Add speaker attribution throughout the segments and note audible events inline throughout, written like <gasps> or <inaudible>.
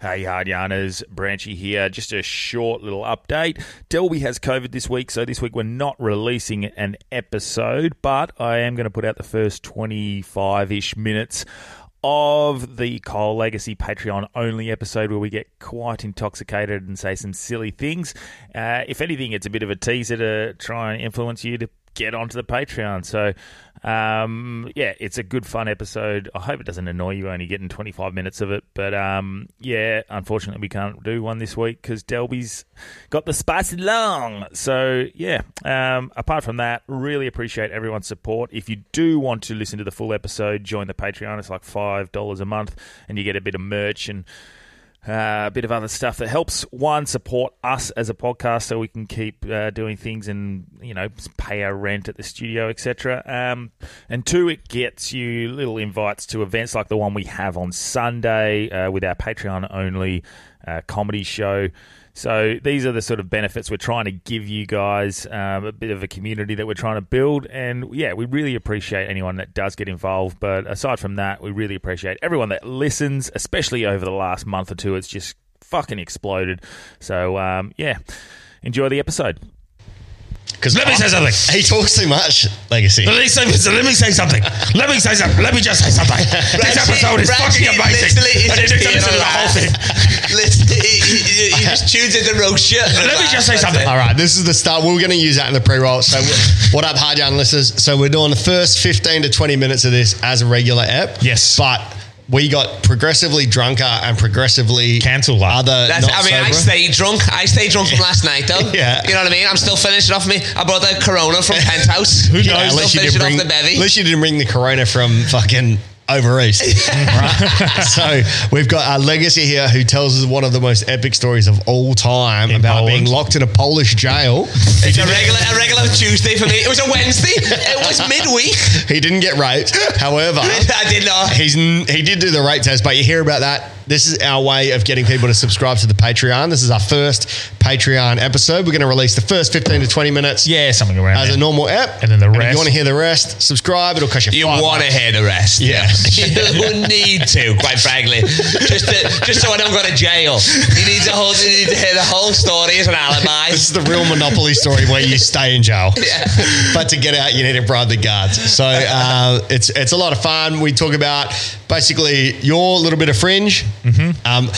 Speaker 1: Hey, hard yarners, Branchy here. Just a short little update. Delby has COVID this week, so this week we're not releasing an episode, but I am going to put out the first 25 ish minutes of the Cole Legacy Patreon only episode where we get quite intoxicated and say some silly things. Uh, if anything, it's a bit of a teaser to try and influence you to get onto the Patreon. So, um, yeah, it's a good fun episode. I hope it doesn't annoy you only getting 25 minutes of it. But um, yeah, unfortunately, we can't do one this week because Delby's got the spicy lung. So, yeah, um, apart from that, really appreciate everyone's support. If you do want to listen to the full episode, join the Patreon. It's like $5 a month and you get a bit of merch and uh, a bit of other stuff that helps one support us as a podcast so we can keep uh, doing things and you know pay our rent at the studio etc um, and two it gets you little invites to events like the one we have on sunday uh, with our patreon only uh, comedy show so these are the sort of benefits we're trying to give you guys um, a bit of a community that we're trying to build. And yeah, we really appreciate anyone that does get involved. But aside from that, we really appreciate everyone that listens, especially over the last month or two. It's just fucking exploded. So um, yeah, enjoy the episode.
Speaker 2: Because let me say something.
Speaker 3: He talks too much, Legacy.
Speaker 2: Let me say, let me say something. Let me say something. Let me just say something. this episode is fucking amazing. And it is amazing, the whole thing.
Speaker 4: Listen, he,
Speaker 2: <laughs>
Speaker 4: he, he just tunes into rogue shit.
Speaker 2: Let me just say something.
Speaker 3: All right, this is the start. We are going to use that in the pre-roll. So, <laughs> we- what up, hard yarn listeners? So, we're doing the first fifteen to twenty minutes of this as a regular ep.
Speaker 2: Yes.
Speaker 3: but we got progressively drunker and progressively
Speaker 2: Cancel that.
Speaker 3: other.
Speaker 4: That's,
Speaker 3: not
Speaker 4: I mean, I
Speaker 3: sober.
Speaker 4: stayed drunk. I stayed drunk from last night, though.
Speaker 3: Yeah.
Speaker 4: You know what I mean? I'm still finishing off me. I brought the
Speaker 2: <laughs>
Speaker 4: Corona from Penthouse.
Speaker 3: Who knows?
Speaker 4: I'm still
Speaker 3: unless, you
Speaker 4: finishing
Speaker 3: didn't bring,
Speaker 4: off the bevy.
Speaker 3: unless you didn't bring the corona from fucking over
Speaker 4: <laughs>
Speaker 3: east. Right? So we've got our legacy here who tells us one of the most epic stories of all time
Speaker 2: In
Speaker 3: about
Speaker 2: Poland.
Speaker 3: being locked in a Polish jail.
Speaker 4: It's a regular, a regular Tuesday for me. It was a Wednesday. It
Speaker 2: <laughs>
Speaker 4: was midweek.
Speaker 3: <laughs> He didn't get raped. However,
Speaker 2: Uh-huh.
Speaker 4: <laughs> I did not.
Speaker 3: he's n- he did do the rape test, but you hear about that. This is our way of getting people to subscribe to the Patreon. This is our first Patreon episode. We're going to release the first 15 to 20 minutes
Speaker 2: <laughs> Yeah, something around
Speaker 3: as a
Speaker 2: there.
Speaker 3: normal app.
Speaker 2: And then the
Speaker 3: if
Speaker 2: rest-
Speaker 3: you want to hear the rest, subscribe. It'll cost you
Speaker 4: You
Speaker 3: five
Speaker 4: want to
Speaker 3: bucks.
Speaker 4: hear the rest.
Speaker 3: Yeah. <laughs>
Speaker 4: you need to, quite frankly. Just to, just so I don't go to jail. You need to, hold, you need to hear the whole story as an alibi.
Speaker 3: This is the real Monopoly story where you stay in jail.
Speaker 4: <laughs> Yeah.
Speaker 3: But to get out, you need to bribe the guards. So uh, it's it's a lot of fun. We talk about basically your little bit of fringe. Um,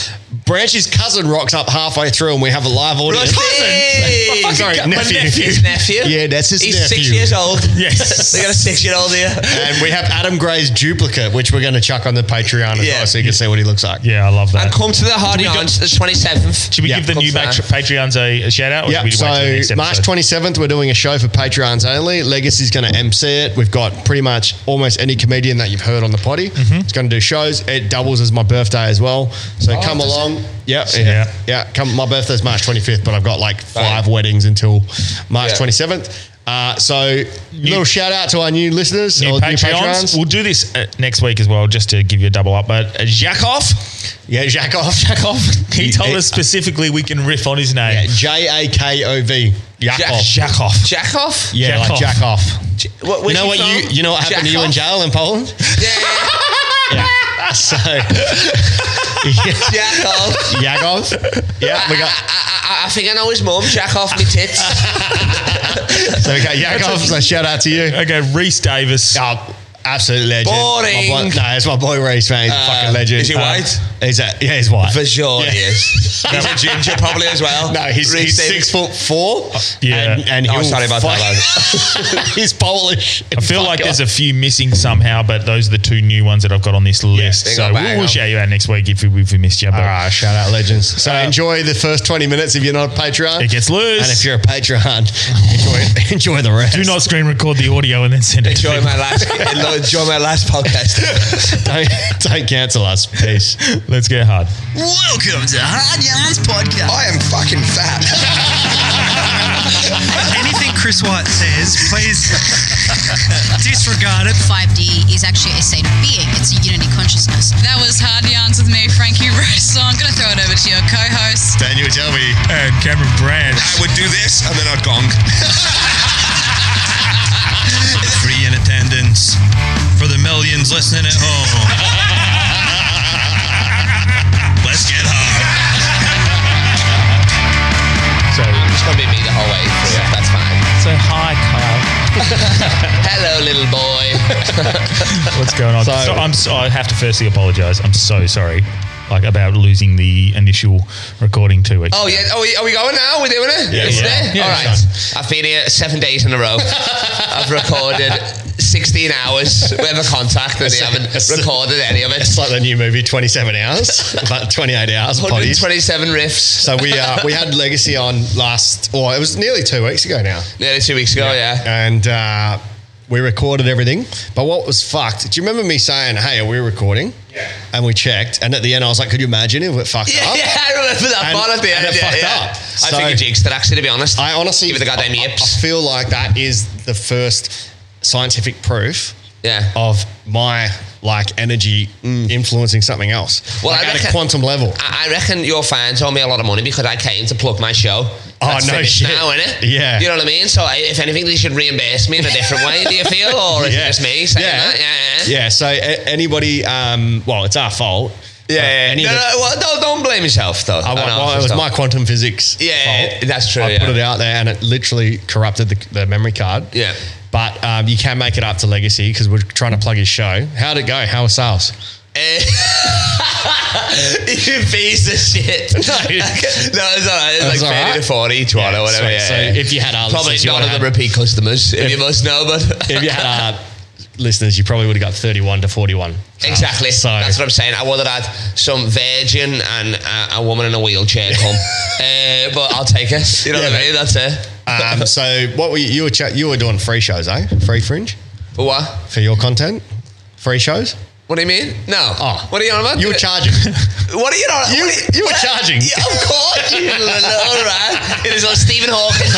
Speaker 3: Branch's cousin rocks up halfway through, and we have a live audience.
Speaker 4: <laughs> Hey!
Speaker 3: I'm sorry,
Speaker 4: My
Speaker 3: nephew.
Speaker 4: His nephew.
Speaker 3: Yeah, that's his
Speaker 4: He's six
Speaker 3: nephew.
Speaker 4: years old. <laughs>
Speaker 2: Yes.
Speaker 4: they got a six-year-old here.
Speaker 3: And we have Adam Gray's duplicate, which we're going to chuck on the Patreon as
Speaker 4: Yeah.
Speaker 3: well, so you can see what he looks like.
Speaker 2: Yeah, I love that.
Speaker 4: And come to the Hardy
Speaker 2: Do we do-
Speaker 4: Arms the 27th.
Speaker 2: Should we
Speaker 3: Yeah,
Speaker 2: give the
Speaker 4: come
Speaker 2: new
Speaker 4: to
Speaker 2: match-
Speaker 4: that.
Speaker 2: Patreons a, a shout out? Or
Speaker 3: Yep.
Speaker 2: should we wait till the next
Speaker 3: So
Speaker 2: episode?
Speaker 3: March 27th, we're doing a show for Patreons only. Legacy's going to MC it. We've got pretty much almost any comedian that you've heard on the potty.
Speaker 2: Mm-hmm.
Speaker 3: It's going to do shows. It doubles as my birthday as well. So come along. Yep.
Speaker 2: Yeah.
Speaker 3: Yeah. Yeah. Come. My birthday's March 25th, but I've got like five weddings until March
Speaker 4: Yeah.
Speaker 3: 27th. Uh, so little shout out to our new listeners
Speaker 2: uh, New
Speaker 3: or
Speaker 2: Patreons. We'll do this uh, next week as well, just to give you a double up. But uh, Jakov,
Speaker 3: yeah,
Speaker 2: <laughs>
Speaker 3: Jakov.
Speaker 2: Jakov, he
Speaker 3: Yeah.
Speaker 2: told us specifically we can riff on his name.
Speaker 3: J A K O V. Jakov.
Speaker 2: Jakov.
Speaker 4: Jack off?
Speaker 3: Yeah, like
Speaker 2: Jakov.
Speaker 3: Jakov.
Speaker 4: What,
Speaker 3: You
Speaker 4: where's
Speaker 3: know
Speaker 4: he
Speaker 3: what
Speaker 4: from?
Speaker 3: you you know what happened to you in
Speaker 4: Jack
Speaker 3: jail in Poland?
Speaker 4: off?
Speaker 3: <laughs>
Speaker 4: Yeah, <laughs>
Speaker 3: So
Speaker 4: Jack off.
Speaker 3: Yakov. Yeah, we got
Speaker 4: I, I, I think I know his mum. Jack off me
Speaker 3: <laughs>
Speaker 4: tits.
Speaker 3: so we got Yakov. So shout out to you.
Speaker 2: Okay, Reese Davis.
Speaker 3: Oh, absolute legend.
Speaker 4: Boring. Uh,
Speaker 3: My boy, no, it's my boy Reese, man. He's a fucking legend. Uh,
Speaker 4: is he white?
Speaker 3: He's a, yeah, he's white.
Speaker 4: For sure he
Speaker 3: Yeah.
Speaker 4: is. He's a ginger probably as well.
Speaker 3: No, he's, he's
Speaker 4: Reece Davies.
Speaker 3: six foot four.
Speaker 2: Yeah.
Speaker 3: and, and
Speaker 4: Oh,
Speaker 3: he'll
Speaker 4: sorry about that,
Speaker 3: fuck- <laughs> he's Polish.
Speaker 2: I feel like there's a few missing somehow, but those are the two new ones that I've got on this list.
Speaker 4: they
Speaker 2: so
Speaker 4: got
Speaker 2: we'll,
Speaker 4: bang
Speaker 2: we'll
Speaker 4: on.
Speaker 2: shout you out next week if we, if we missed you. But
Speaker 3: All right, shout out legends. So
Speaker 4: Uh,
Speaker 3: enjoy the first twenty minutes if you're not a Patreon,
Speaker 2: it gets loose.
Speaker 3: and if you're a Patreon, <laughs> enjoy enjoy the rest. <laughs>
Speaker 2: Do not screen record the audio and then send it. to
Speaker 4: Enjoy
Speaker 2: me.
Speaker 4: my last, enjoy my last podcast.
Speaker 3: don't, don't cancel us. Peace.
Speaker 2: Let's get hard.
Speaker 5: Welcome to Hard Yarns Podcast.
Speaker 4: I am fucking fat.
Speaker 5: Anything Chris White says, please <laughs> disregard it.
Speaker 6: 5D is actually a state of being. It's a unity consciousness.
Speaker 7: That was Hard Yarns with me, Frankie Rose. So I'm going to throw it over to your co host.
Speaker 3: Daniel, tell me.
Speaker 2: And Cameron Brand.
Speaker 4: I would do this and then I'd gong.
Speaker 5: Free in attendance for the millions listening at home. Let's get hard.
Speaker 1: What's going on? So,
Speaker 3: So-
Speaker 1: I'm, so- I have to firstly apologise. I'm so sorry, like about losing the initial recording two weeks.
Speaker 4: Oh yeah, are we, are we going now? We're doing it.
Speaker 3: Yeah,
Speaker 4: it's
Speaker 3: yeah.
Speaker 4: there.
Speaker 1: Yeah,
Speaker 4: All
Speaker 1: it's
Speaker 4: right. I've been here seven days in
Speaker 3: <laughs>
Speaker 4: a row. I've recorded sixteen hours worth of contact, and they haven't
Speaker 3: It's-
Speaker 4: recorded any of it.
Speaker 3: It's like the new movie, 27 hours, but 28 hours. Apologies.
Speaker 4: 127 riffs.
Speaker 3: So we uh, we had Legacy on last, or it was nearly two weeks ago now,
Speaker 4: Nearly two weeks ago.
Speaker 3: Oh,
Speaker 4: Yeah.
Speaker 3: and uh, we recorded everything. But what was fucked? Do you remember me saying, "Hey, are we recording?" Yeah. And we checked, and at the end, I was like, "Could you imagine if it fucked
Speaker 4: Yeah,
Speaker 3: up?"
Speaker 4: <laughs> yeah, I remember that
Speaker 3: And-
Speaker 4: part at the
Speaker 3: and
Speaker 4: end.
Speaker 3: it
Speaker 4: yeah,
Speaker 3: fucked
Speaker 4: yeah.
Speaker 3: up.
Speaker 4: I
Speaker 3: So-
Speaker 4: think you jinxed it, actually, to be honest.
Speaker 3: I honestly
Speaker 4: Give it the goddamn
Speaker 3: I, I-
Speaker 4: yips.
Speaker 3: I feel like that is the first scientific proof
Speaker 4: Yeah.
Speaker 3: of my like energy influencing something else.
Speaker 4: Mm. Well,
Speaker 3: Like,
Speaker 4: I
Speaker 3: at a
Speaker 4: reckon-
Speaker 3: quantum
Speaker 4: <laughs>
Speaker 3: level.
Speaker 4: I I reckon your fans owe me a lot of money because I came to plug my show.
Speaker 3: Oh,
Speaker 4: That's
Speaker 3: no
Speaker 4: finished
Speaker 3: shit.
Speaker 4: Now, innit?
Speaker 3: Yeah.
Speaker 4: You know what I mean? So, I, if anything, they should reimburse me in a different way, do you feel? Oh, Or is it just me saying that? Yeah.
Speaker 3: yeah. Yeah, So a- anybody, um, well, it's our fault.
Speaker 4: Yeah,
Speaker 3: Uh,
Speaker 4: yeah,
Speaker 3: any
Speaker 4: no,
Speaker 3: of the-
Speaker 4: no, well, don't, don't blame yourself, though.
Speaker 3: I,
Speaker 4: I know,
Speaker 3: well, it was
Speaker 4: just
Speaker 3: my
Speaker 4: don't.
Speaker 3: quantum physics.
Speaker 4: Yeah,
Speaker 3: fault.
Speaker 4: that's true,
Speaker 3: I
Speaker 4: yeah.
Speaker 3: put it out there, and it literally corrupted the, the memory card.
Speaker 4: Yeah.
Speaker 3: But um, you can make it up to legacy because we're trying to plug his show. How'd it go? How was sales?
Speaker 4: Eh. <laughs> you piece of
Speaker 3: <laughs>
Speaker 4: shit. <laughs> No, it's all right.
Speaker 3: That's
Speaker 4: It's like 30
Speaker 3: all right.
Speaker 4: to 40 each one
Speaker 3: Yeah,
Speaker 4: or whatever.
Speaker 3: so-
Speaker 4: yeah,
Speaker 3: so
Speaker 4: yeah.
Speaker 3: if you had our
Speaker 4: Probably
Speaker 3: listeners, you
Speaker 4: none
Speaker 3: would've
Speaker 4: of them
Speaker 3: had-
Speaker 4: repeat customers, if, you must know, but.
Speaker 3: If you had our listeners, you probably would have got thirty-one to forty-one.
Speaker 4: Exactly.
Speaker 3: So
Speaker 4: That's what I'm saying. I would have had some virgin and a, a woman in a wheelchair come.
Speaker 3: <laughs>
Speaker 4: uh, but I'll take it. You know
Speaker 3: Yeah,
Speaker 4: what I mean? That's it.
Speaker 3: um, so what were you, you were ch- you were doing free shows, eh? Free fringe
Speaker 4: But what?
Speaker 3: for your content, free shows.
Speaker 4: What do you mean? No.
Speaker 3: Oh.
Speaker 4: What are you on about?
Speaker 3: You were charging.
Speaker 4: What are you on?
Speaker 3: <laughs> You-
Speaker 4: what are
Speaker 3: you were
Speaker 4: what-
Speaker 3: charging.
Speaker 4: Yeah, of course. You little rat. It is on Stephen Hawking.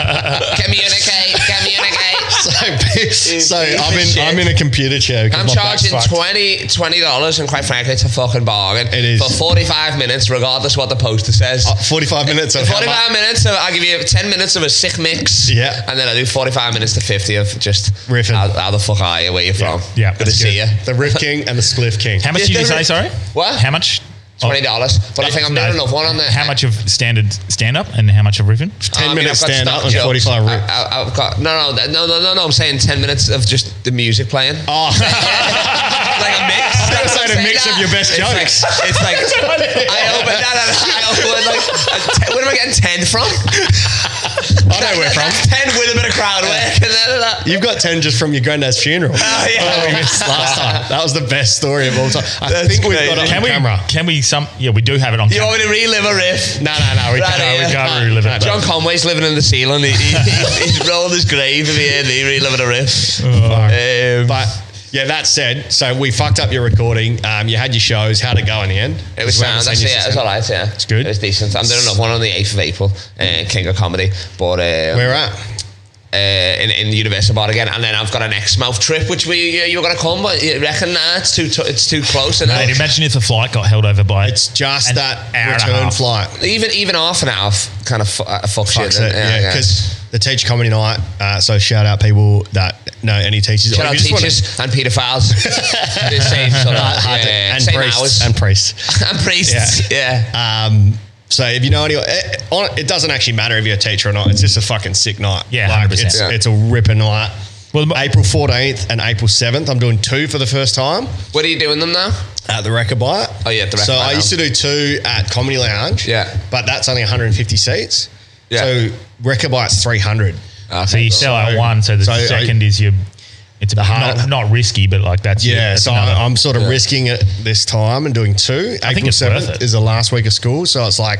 Speaker 3: <laughs>
Speaker 4: communicate. Communicate.
Speaker 3: <laughs> so so I'm in
Speaker 4: Shit.
Speaker 3: I'm in a computer chair. 'cause
Speaker 4: I'm
Speaker 3: my back's
Speaker 4: charging
Speaker 3: fucked.
Speaker 4: $20, $20 and quite frankly, it's a fucking bargain.
Speaker 3: It is.
Speaker 4: For 45 minutes, regardless what the poster says.
Speaker 3: Uh, Forty-five minutes of how
Speaker 4: 45
Speaker 3: much-
Speaker 4: minutes of, I'll give you 10 minutes of a sick mix.
Speaker 3: Yeah.
Speaker 4: And then I do 45 minutes to 50 of just
Speaker 3: Riffing.
Speaker 4: How, how the fuck are you? Where you from?
Speaker 1: Yeah,
Speaker 4: Good to
Speaker 1: that's
Speaker 4: see you.
Speaker 3: The Rip King and the Spliff King.
Speaker 1: How much did you
Speaker 4: Yeah, there
Speaker 1: say?
Speaker 4: is-
Speaker 1: Sorry.
Speaker 4: What?
Speaker 1: How much?
Speaker 4: $20. But I think I'm
Speaker 1: No.
Speaker 4: doing enough one on there.
Speaker 1: How much of standard stand up and how much of riffing?
Speaker 4: I
Speaker 3: 10
Speaker 4: mean,
Speaker 3: minutes
Speaker 4: I've got
Speaker 3: stand up and
Speaker 4: stock jokes.
Speaker 3: 45 rip.
Speaker 4: I, I, I've got no, no, that- no, no, no, no. I'm saying ten minutes of just the music playing.
Speaker 3: oh,
Speaker 4: <laughs> like a
Speaker 3: <laughs>
Speaker 4: mix.
Speaker 3: I was gonna
Speaker 4: That's
Speaker 3: say
Speaker 4: what I'm
Speaker 3: the mix
Speaker 4: saying.
Speaker 3: of your best
Speaker 4: it's
Speaker 3: jokes.
Speaker 4: Like, it's
Speaker 3: <laughs>
Speaker 4: like I open that. and I open like a te- where am I getting ten from?
Speaker 3: <laughs> I know where from.
Speaker 4: That's ten with a bit of crowd work. And da, da, da.
Speaker 3: You've got 10 just from your granddad's funeral.
Speaker 4: <laughs> Oh, yeah.
Speaker 3: That we missed last time. That was the best story of all time. I
Speaker 4: That's
Speaker 3: think we've
Speaker 4: crazy.
Speaker 3: got it on
Speaker 1: Can we?
Speaker 3: camera.
Speaker 1: Can we? Some? Yeah, we do have it on.
Speaker 4: You
Speaker 1: camera.
Speaker 4: want me to relive a riff?
Speaker 3: No, no, no. We
Speaker 4: Right
Speaker 3: can't,
Speaker 4: here.
Speaker 3: we can't relive it.
Speaker 4: John Conway's living in the ceiling. He, he, he's rolled his grave if he heard me reliving a riff.
Speaker 3: Oh,
Speaker 4: Um,
Speaker 3: But yeah, that said, so we fucked up your recording. Um, you had your shows. How'd it go in the end?
Speaker 4: It was
Speaker 3: We haven't
Speaker 4: sound. That's
Speaker 3: seen
Speaker 4: it.
Speaker 3: you
Speaker 4: It
Speaker 3: since
Speaker 4: was all right. Yeah, it's
Speaker 3: good.
Speaker 4: It was decent. I'm doing another one on the eighth of April, uh, King of Comedy, but uh,
Speaker 3: then. Where at?
Speaker 4: uh, in in the Universal Bar again. And then I've got an Exmouth trip, which we uh, you were gonna come, but you reckon nah, it's too t- it's too close. And
Speaker 1: Mate, imagine if the flight got held over by.
Speaker 3: It's just
Speaker 1: an
Speaker 3: that
Speaker 1: hour and a
Speaker 3: return
Speaker 1: half.
Speaker 3: flight.
Speaker 4: even even half an hour f- kind of fu- uh, fucks you.
Speaker 3: Fucks
Speaker 4: then.
Speaker 3: it. Yeah,
Speaker 4: yeah.
Speaker 3: because the teacher comedy night. Uh, so shout out people that know any teachers.
Speaker 4: Shout
Speaker 3: Or
Speaker 4: out
Speaker 3: if you just wanna- <laughs>
Speaker 4: teachers and <laughs> paedophiles. the same sort of,
Speaker 3: Hard to-
Speaker 4: yeah,
Speaker 3: and
Speaker 4: same
Speaker 3: priests
Speaker 4: hours
Speaker 3: and priests.
Speaker 4: and <laughs> priests. Yeah.
Speaker 3: Um, so if you know anyone, it, on- it doesn't actually matter if you're a teacher or not. It's just a fucking sick night.
Speaker 1: Yeah,
Speaker 3: Like,
Speaker 1: 100%.
Speaker 3: It's,
Speaker 4: Yeah.
Speaker 3: it's a ripper night.
Speaker 1: Well, the-
Speaker 3: April 14th and April 7th. I'm doing two for the first time
Speaker 4: What are you doing them now?
Speaker 3: at the Record Bite.
Speaker 4: Oh, yeah, at the Record
Speaker 3: So
Speaker 4: Bite
Speaker 3: I
Speaker 4: now.
Speaker 3: used to do two at Comedy Lounge.
Speaker 4: Yeah.
Speaker 3: But that's only 150 seats.
Speaker 4: Yeah. Oh,
Speaker 3: So Record Bite's 300.
Speaker 1: so you sell out
Speaker 3: So-
Speaker 1: one, so the
Speaker 3: so I-
Speaker 1: second is your. It's
Speaker 3: hard-
Speaker 1: not, not risky, but like that's your-
Speaker 3: Yeah,
Speaker 1: that's
Speaker 3: so
Speaker 1: another-
Speaker 3: I, am sort of risking it this time and doing two. April
Speaker 1: think it's worth
Speaker 3: 7th
Speaker 1: it.
Speaker 3: is the last week of school. So it's like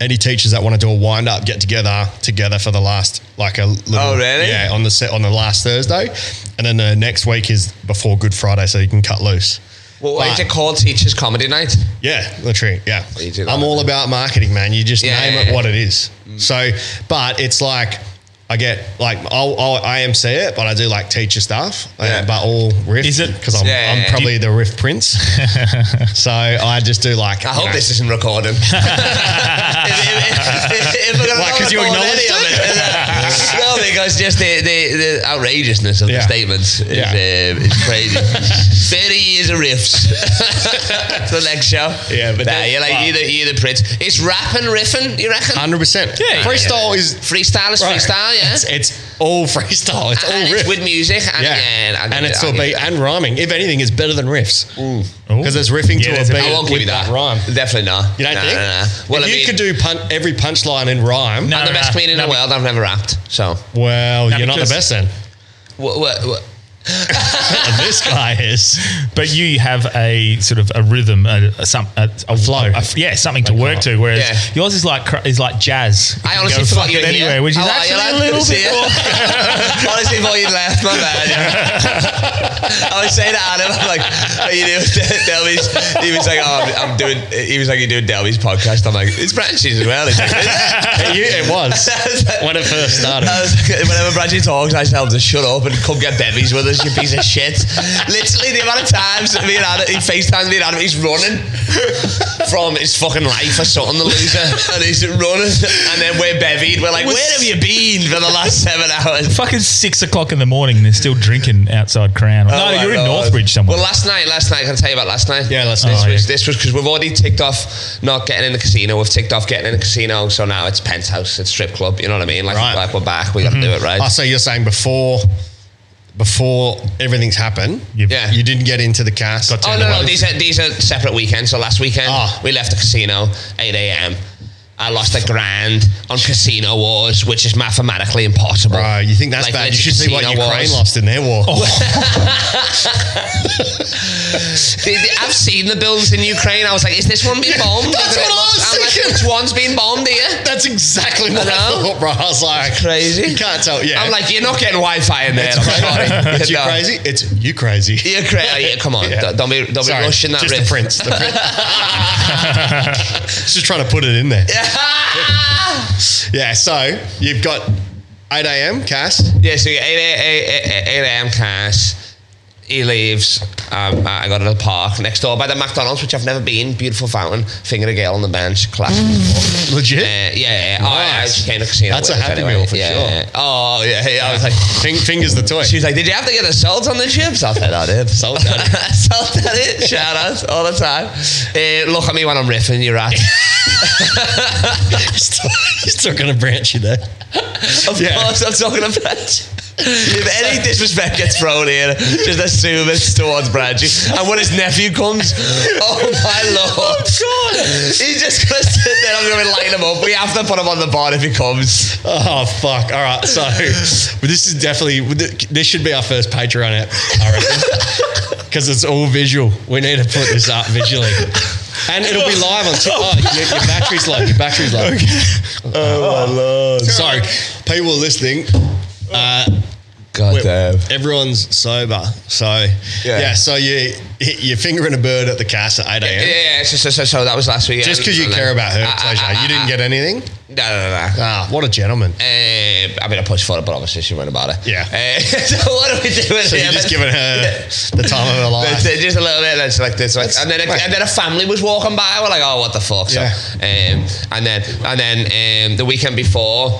Speaker 3: any teachers that want to do a wind up get together together for the last like a little
Speaker 4: Oh, really?
Speaker 3: Yeah, on the set on the last Thursday. And then the next week is before Good Friday, so you can cut loose.
Speaker 4: Well, wait,
Speaker 3: But-
Speaker 4: is it called Teachers Comedy Night?
Speaker 3: Yeah, literally. Yeah.
Speaker 4: You do that,
Speaker 3: I'm all
Speaker 4: man.
Speaker 3: about marketing, man. You just
Speaker 4: Yeah,
Speaker 3: name
Speaker 4: yeah,
Speaker 3: it
Speaker 4: yeah. Mm.
Speaker 3: what it is. So, but it's like, I get like, I'll, I'll IMC it, but I do like teacher stuff, uh,
Speaker 4: Yeah.
Speaker 3: but all riff.
Speaker 1: Is it-
Speaker 3: Because I'm,
Speaker 4: Yeah, yeah,
Speaker 3: I'm
Speaker 4: yeah.
Speaker 3: probably the riff
Speaker 1: <laughs>
Speaker 3: prince. so I just do like,
Speaker 4: I hope this isn't
Speaker 3: <laughs>
Speaker 4: recording. if, if, if, if we're gonna
Speaker 3: Why, 'cause
Speaker 4: not
Speaker 3: you
Speaker 4: record
Speaker 3: acknowledged
Speaker 4: any of
Speaker 3: it?
Speaker 4: it. no, because just the, the, the outrageousness of
Speaker 3: Yeah.
Speaker 4: the statements is,
Speaker 3: Yeah.
Speaker 4: uh, is
Speaker 3: <laughs>
Speaker 4: crazy. 30 years of riffs. <laughs> the next show.
Speaker 3: Yeah, but
Speaker 4: nah,
Speaker 3: then-
Speaker 4: you're like,
Speaker 3: but-
Speaker 4: you're, the, you're the prince. It's rap and riffing, you reckon?
Speaker 3: 100%.
Speaker 1: yeah,
Speaker 3: Freestyle is
Speaker 4: Freestyle is
Speaker 3: Right.
Speaker 4: freestyle, yeah?
Speaker 3: It's, it's all freestyle. It's all
Speaker 4: and
Speaker 3: riff.
Speaker 4: it's with music. And,
Speaker 3: yeah.
Speaker 4: and, I'll
Speaker 3: and,
Speaker 4: give it-
Speaker 3: it's
Speaker 4: I'll
Speaker 3: to a
Speaker 4: give
Speaker 3: beat
Speaker 4: it that.
Speaker 3: and rhyming. If anything, it's better than riffs
Speaker 1: Ooh.
Speaker 3: because it's riffing
Speaker 1: Yeah,
Speaker 3: to a
Speaker 1: there's a-
Speaker 3: beat
Speaker 4: I won't give
Speaker 3: with
Speaker 4: you that.
Speaker 3: rhyme.
Speaker 4: Definitely not.
Speaker 3: You don't
Speaker 4: no,
Speaker 3: think?
Speaker 4: No, no. Well,
Speaker 3: if
Speaker 4: I
Speaker 3: you
Speaker 4: mean,
Speaker 3: could do pun- every punchline in rhyme,
Speaker 1: No.
Speaker 4: I'm the best comedian in the
Speaker 1: no,
Speaker 4: world. I've never rapped.
Speaker 3: <laughs>
Speaker 4: So,
Speaker 3: well,
Speaker 1: No,
Speaker 3: you're not the
Speaker 1: because-
Speaker 3: best then.
Speaker 4: what, what,
Speaker 3: <laughs>
Speaker 4: what? <laughs>
Speaker 3: this guy is.
Speaker 1: But you have a sort of a rhythm, a, a some a, a
Speaker 3: flow.
Speaker 1: a- yeah, something to work to. Whereas
Speaker 4: Yeah.
Speaker 1: yours is like cr- is like jazz.
Speaker 4: I
Speaker 1: You
Speaker 4: honestly
Speaker 1: go,
Speaker 4: forgot
Speaker 1: "Fuck
Speaker 4: you
Speaker 1: it
Speaker 4: were
Speaker 1: anyway,
Speaker 4: here. Oh,
Speaker 1: which is
Speaker 4: How are
Speaker 1: actually a
Speaker 4: you, lad?
Speaker 1: little
Speaker 4: Good to see
Speaker 1: bit.
Speaker 4: you. <laughs>
Speaker 1: More,
Speaker 4: honestly thought you'd left. My bad.
Speaker 3: <laughs>
Speaker 4: yeah. I was saying to Adam, I'm like, are you doing Del- Delby's? He was like, oh, I'm, I'm doing. He was like, you're doing Delby's podcast. I'm like, it's branches as well. He's like, is it?
Speaker 3: You- <laughs> it was
Speaker 4: <laughs>
Speaker 3: when it first started.
Speaker 4: I was like, <laughs> whenever Bradley talks, I tell him to shut up and come get bevies with us, you piece of shit. Literally, the amount of times that me and Adam, he FaceTimes me and Adam, he's running from his fucking life or something, the loser. And he's running. And then we're bevied. We're like, where have you been for the last seven hours?
Speaker 1: Fucking six o'clock in the morning, and they're still drinking outside Crown.
Speaker 4: Oh,
Speaker 1: no,
Speaker 4: my
Speaker 1: you're in
Speaker 4: Lord.
Speaker 1: Northbridge somewhere.
Speaker 4: Well, last night, last night, can I tell you about last night?
Speaker 3: Yeah, last
Speaker 4: This
Speaker 1: night. Oh,
Speaker 4: was
Speaker 1: yeah.
Speaker 4: this was because we've already ticked off not getting in the casino. We've ticked off getting in the casino, so now it's penthouse, it's strip club. You know what I mean? Like,
Speaker 3: Right.
Speaker 4: like we're back, we got to
Speaker 1: Mm-hmm.
Speaker 4: do it right.
Speaker 3: Oh, so you're saying before before everything's happened,
Speaker 1: You've-
Speaker 4: yeah.
Speaker 3: you didn't get into the cast.
Speaker 1: Got to-
Speaker 4: Oh
Speaker 1: Turn
Speaker 4: no,
Speaker 1: away.
Speaker 4: no, these are these are separate weekends. So last weekend
Speaker 3: Ah.
Speaker 4: we left the casino eight a.m. I lost a grand on Casino Wars, which is mathematically impossible.
Speaker 3: Bro, you think that's
Speaker 4: Like,
Speaker 3: bad?
Speaker 4: like
Speaker 3: You should see what
Speaker 4: Casino
Speaker 3: Ukraine
Speaker 4: Wars.
Speaker 3: lost in their war.
Speaker 4: Oh. They- they- I've seen the buildings in Ukraine. I was like, is this one being bombed?
Speaker 3: That's
Speaker 4: Because it
Speaker 3: what I
Speaker 4: looks-
Speaker 3: was
Speaker 4: I'm like,
Speaker 3: thinking.
Speaker 4: which one's been bombed here?
Speaker 3: <laughs> That's exactly what I,
Speaker 4: Hello?
Speaker 3: thought, bro. I was like,
Speaker 4: crazy.
Speaker 3: You can't tell. Yeah,
Speaker 4: I'm like, you're not getting Wi-Fi in there.
Speaker 3: it's
Speaker 4: I'm sorry.
Speaker 3: crazy. <laughs> It's you
Speaker 4: No.
Speaker 3: crazy. It's you crazy.
Speaker 4: You're crazy. Come on,
Speaker 3: Yeah.
Speaker 4: don't- don't be don't
Speaker 3: Sorry,
Speaker 4: be rushing that
Speaker 3: just
Speaker 4: riff.
Speaker 3: the <laughs>
Speaker 4: <laughs>
Speaker 3: prince. The prince. just trying to put it in there. Yeah. So you've got 8 a.m. cast.
Speaker 4: Yeah, so 8, 8, 8, 8, 8 a.m. cast. He leaves. Um, I got to the park next door by the McDonald's, which I've never been. Beautiful fountain. Finger a girl on the bench. Class. uh,
Speaker 3: Legit.
Speaker 4: yeah, yeah. Oh, yeah, I
Speaker 3: Mm. Nice.
Speaker 4: just came to casino.
Speaker 3: That's
Speaker 4: with
Speaker 3: a
Speaker 4: us
Speaker 3: happy
Speaker 4: anyway.
Speaker 3: meal for
Speaker 4: yeah,
Speaker 3: sure.
Speaker 4: yeah. Oh, yeah. yeah, I was like,
Speaker 3: Fing- fingers the toy.
Speaker 4: she was like, "Did you have to get a salt on the chips?" I said, "I did."
Speaker 3: <laughs>
Speaker 4: Salt on it. <laughs> salt on it. Shout out all the time. Uh, look at me when I'm riffing.
Speaker 3: <laughs>
Speaker 4: You're right.
Speaker 3: He's <laughs> still gonna branch you there.
Speaker 4: Of
Speaker 3: Yeah.
Speaker 4: course, I'm talking about
Speaker 3: <laughs>
Speaker 4: <laughs> Branch. If any disrespect gets thrown in, just assume it's towards Branch. And when his
Speaker 3: <laughs>
Speaker 4: nephew comes, oh my lord.
Speaker 3: Oh,
Speaker 4: He's just going to sit there. I'm going to light him up. We have to put him on the board if he comes.
Speaker 3: Oh fuck! All right, so this is definitely this should be our first Patreon app, I reckon,
Speaker 4: <laughs>
Speaker 3: because it's all visual. We need to put this up visually, and it'll be live on. T- oh, your, your battery's low. Your battery's low. Oh my lord! Sorry, people listening. Uh,
Speaker 4: God
Speaker 3: we're- everyone's sober, so yeah.
Speaker 4: Yeah.
Speaker 3: so you you're fingering a bird at the cast at eight a.m.
Speaker 4: Yeah, Ah, so, so, so, so that was last weekend.
Speaker 3: Just because you
Speaker 4: And then-
Speaker 3: care about her
Speaker 4: I- I-
Speaker 3: pleasure,
Speaker 4: I-
Speaker 3: you didn't get anything.
Speaker 4: No, no, no. no.
Speaker 3: Ah, what a gentleman!
Speaker 4: Uh, I mean, I pushed for it, but obviously she went about it.
Speaker 3: Yeah.
Speaker 4: Uh, <laughs> so what are we doing
Speaker 3: So
Speaker 4: here?
Speaker 3: you're just
Speaker 4: Let's-
Speaker 3: giving
Speaker 4: <laughs>
Speaker 3: her the time of her life.
Speaker 4: That's it, just a little bit. That's like this, like, and then a, and then a family was walking by. We're like, oh, what the fuck? So,
Speaker 3: Yeah.
Speaker 4: um, and then and then um, the weekend before.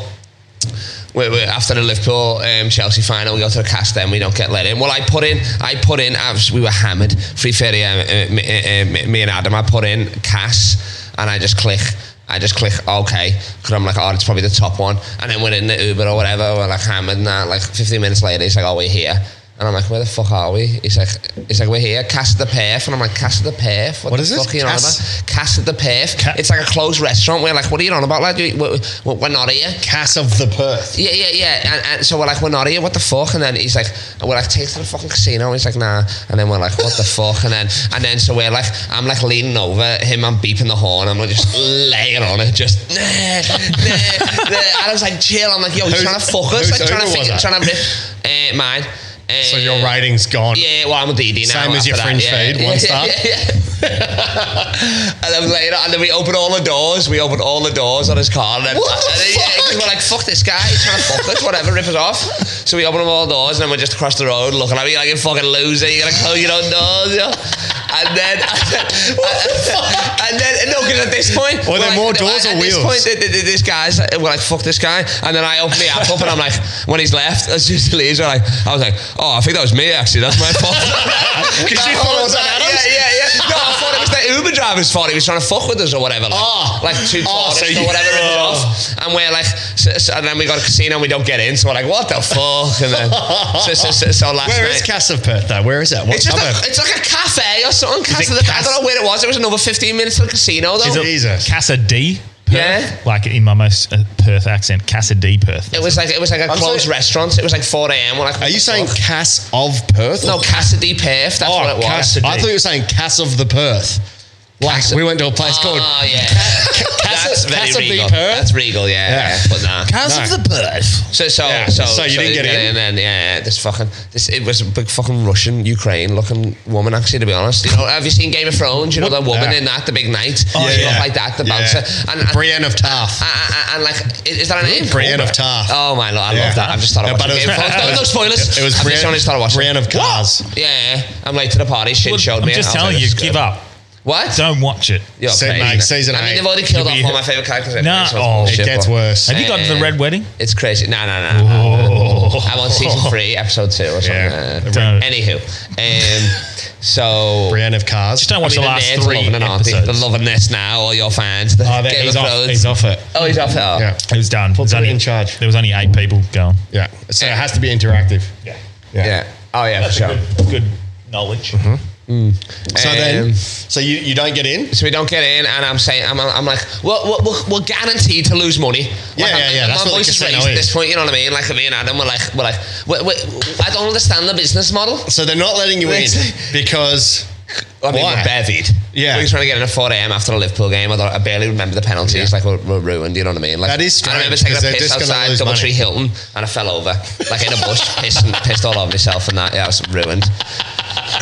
Speaker 4: We, we, after the Liverpool um, Chelsea final, we go to the cast. Then we don't get let in. Well, I put in, I put in. I was, we were hammered. Three thirty. Um, uh, me, uh, uh, me and Adam, I put in Cass, and I just click. I just click OK because I'm like, oh, it's probably the top one. And then we're in the Uber or whatever. We're like hammered, and that. Like 15 minutes later, he's like, oh, we're here. And I'm like, where the fuck are we? He's like, he's like, we're here, Casa de Perth. And I'm like, Casa de Perth? What,
Speaker 3: What
Speaker 4: the
Speaker 3: is this?
Speaker 4: fuck are you on
Speaker 3: Cas-
Speaker 4: about? Casa de Perth.
Speaker 1: Ca-
Speaker 4: it's like a closed restaurant. We're like, what are you on about, lad? You- we- we- We're not here.
Speaker 3: Cass of the Perth.
Speaker 4: Yeah, yeah, yeah. And, and so we're like, we're not here. What the fuck? And then he's like, and we're like, take us to the fucking casino. And he's like, nah. And then we're like,
Speaker 3: <laughs>
Speaker 4: what the fuck? And then, and then so we're like, I'm like leaning over him. I'm beeping the horn. I'm like just laying on it, just nah, nah, nah. And I was like, chill. I'm like, yo, he's
Speaker 3: Who's-
Speaker 4: trying to fuck us,
Speaker 3: whose
Speaker 4: like trying
Speaker 3: Uber
Speaker 4: to,
Speaker 3: was
Speaker 4: think,
Speaker 3: that?
Speaker 4: trying to rip uh, mine. Uh,
Speaker 3: So your rating's gone.
Speaker 4: yeah, well, I'm a DD now.
Speaker 3: Same as your
Speaker 4: after
Speaker 3: fringe
Speaker 4: that, yeah.
Speaker 3: fade,
Speaker 4: <laughs>
Speaker 3: one star.
Speaker 4: and then later, and then we open all the doors. We open all the doors on his car. And then,
Speaker 3: What the
Speaker 4: and then, yeah, 'cause
Speaker 3: fuck?
Speaker 4: we're like, fuck this guy. He's trying to fuck us, whatever, rip us off. So we open them all doors, and then we're just across the road looking at me like, you fucking loser. You're going to close your own doors, you know? And then, <laughs> and then, and then no, because at this point,
Speaker 3: Were
Speaker 4: we're
Speaker 3: there
Speaker 4: like-
Speaker 3: more doors
Speaker 4: at
Speaker 3: or
Speaker 4: this
Speaker 3: wheels?
Speaker 4: point, th- th- th- this guy's like, we're like, fuck this guy. And then I open the app up and I'm like, when he's left, <laughs> as soon as he leaves, we're like, I was like, oh, I think that was me actually. That's my fault.
Speaker 3: <laughs>
Speaker 4: <laughs>
Speaker 3: Because you thought it was an Adams?
Speaker 4: Yeah, yeah, yeah. No, I thought it was the Uber drivers thought he was trying to fuck with us or whatever. Like,
Speaker 3: Oh.
Speaker 4: like two
Speaker 3: Oh,
Speaker 4: tourists
Speaker 3: so you- Oh.
Speaker 4: or whatever. ripped it off. And we're like, so, so- and then we got a casino and we don't get in. So we're like, what the fuck? And then, so, so, so, so last
Speaker 3: Where
Speaker 4: night.
Speaker 3: is Casa Perth though? Where is that? What
Speaker 4: It's just
Speaker 3: suburb?
Speaker 4: a, it's like a cafe or something. Casa
Speaker 3: it
Speaker 4: the, I
Speaker 3: Cas-
Speaker 4: don't know where it was. It was another 15 minutes to the casino though.
Speaker 3: Is
Speaker 4: It,
Speaker 3: it- Jesus.
Speaker 2: Casa D. Perth,
Speaker 4: Yeah.
Speaker 2: Like in my most uh, Perth accent, Casa D. Perth.
Speaker 4: was like it was like a
Speaker 3: I'm
Speaker 4: closed
Speaker 3: sorry-
Speaker 4: restaurant. It was like 4 a.m. We're like,
Speaker 3: Are you
Speaker 4: what
Speaker 3: saying Oh,
Speaker 4: the fuck?
Speaker 3: Cass of Perth?
Speaker 4: no Cassidy Perth? That's what it was.
Speaker 2: Cassidy.
Speaker 3: I thought you were saying Cass of the Perth. Like we went to a place called
Speaker 4: Oh yeah,
Speaker 3: Cas-
Speaker 4: <laughs> that's very
Speaker 3: Casa
Speaker 4: regal.
Speaker 3: B Perth?
Speaker 4: That's regal, yeah.
Speaker 3: Yeah.
Speaker 4: yeah, But nah.
Speaker 3: Cas of the Perth.
Speaker 4: So so,
Speaker 3: Yeah,
Speaker 4: so
Speaker 3: so you didn't get in?
Speaker 4: and then yeah, yeah, this fucking this it was a big fucking Russian Ukraine looking woman actually to be honest. You know, have you seen Game of Thrones? You know
Speaker 3: What?
Speaker 4: the woman
Speaker 3: Yeah.
Speaker 4: in that the big knight.
Speaker 3: Oh,
Speaker 4: She
Speaker 3: yeah.
Speaker 4: looked like that the
Speaker 3: Yeah.
Speaker 4: bouncer and. and
Speaker 3: Brienne of Tarth.
Speaker 4: and- and- and like, is is that a name?
Speaker 3: Brienne of Tarth.
Speaker 4: Oh my lord, I
Speaker 3: Yeah.
Speaker 4: love that. I've just
Speaker 3: Yeah,
Speaker 4: started watching. Game of Thrones. No, no spoilers.
Speaker 3: It was
Speaker 4: I've
Speaker 3: Brienne,
Speaker 4: just only started watching.
Speaker 3: Brienne of Cars.
Speaker 4: Yeah, yeah, I'm late to the party. Shit showed
Speaker 2: I'm
Speaker 4: me.
Speaker 2: just
Speaker 4: I'll say
Speaker 2: telling you,
Speaker 4: this is
Speaker 2: give
Speaker 4: good.
Speaker 2: up.
Speaker 4: What?
Speaker 2: Don't watch it.
Speaker 4: You're
Speaker 3: Season
Speaker 4: crazy.
Speaker 3: eight, season
Speaker 4: I mean,
Speaker 3: eight.
Speaker 4: they've already killed
Speaker 2: You'll be-
Speaker 4: off all my favorite characters. anyway,
Speaker 2: Nah,
Speaker 4: so it's
Speaker 2: oh, it
Speaker 4: bullshit,
Speaker 3: It gets
Speaker 4: but-
Speaker 3: worse.
Speaker 2: Have you gone to the
Speaker 4: Um,
Speaker 2: Red Wedding?
Speaker 4: It's crazy. No, no, no. no. I'm
Speaker 1: Oh.
Speaker 4: on season
Speaker 3: <laughs>
Speaker 1: <laughs>
Speaker 4: three, episode two or something.
Speaker 3: Yeah.
Speaker 4: Uh,
Speaker 2: Don't.
Speaker 4: Anywho,
Speaker 3: <laughs>
Speaker 4: um, so.
Speaker 3: Brienne of Cars.
Speaker 2: Just don't watch
Speaker 4: I mean,
Speaker 2: the last
Speaker 4: nerds are
Speaker 2: three
Speaker 4: loving it, aren't they?
Speaker 2: episodes.
Speaker 4: They're loving this now, all your fans. The
Speaker 3: Oh, there-
Speaker 4: Game
Speaker 3: he's,
Speaker 4: of
Speaker 3: off,
Speaker 4: Thrones.
Speaker 3: he's off it.
Speaker 4: Oh, he's off it. Oh.
Speaker 3: Yeah.
Speaker 2: It was done. It was
Speaker 3: put it
Speaker 2: only,
Speaker 3: in charge.
Speaker 2: There was only eight people going.
Speaker 3: Yeah. So it has to be interactive.
Speaker 2: Yeah.
Speaker 4: Yeah. Oh, yeah, for sure.
Speaker 2: Good, good knowledge.
Speaker 3: Mm-hmm. So
Speaker 4: Um,
Speaker 3: then, so you, you don't get in?
Speaker 4: So we don't get in, and I'm saying, I'm, I'm like, well, we're, we're, we're guaranteed to lose money.
Speaker 3: Yeah,
Speaker 4: like,
Speaker 3: yeah,
Speaker 4: I'm-
Speaker 3: yeah,
Speaker 4: My
Speaker 3: that's what the
Speaker 4: voice is
Speaker 3: casino
Speaker 4: raised at
Speaker 3: is.
Speaker 4: this point. You know what I mean? Like me and Adam, we're like, we're like, we we I don't understand the business model.
Speaker 3: So they're not letting you in because
Speaker 4: I mean,
Speaker 3: Why?
Speaker 4: we're bevied.
Speaker 3: Yeah.
Speaker 4: We were trying to get in at 4 a.m. after the Liverpool game. I, thought, I barely remember the penalties.
Speaker 3: Yeah.
Speaker 4: Like, we're, we're ruined, you know what I mean? Like,
Speaker 3: That is
Speaker 4: I remember
Speaker 3: strange,
Speaker 4: taking a
Speaker 3: 'cause they're
Speaker 4: piss
Speaker 3: just gonna
Speaker 4: outside
Speaker 3: lose
Speaker 4: Doubletree
Speaker 3: money.
Speaker 4: Hilton and I fell over, like in a
Speaker 3: <laughs>
Speaker 4: bush, pissed, and- pissed all over myself and that. Yeah, I was ruined.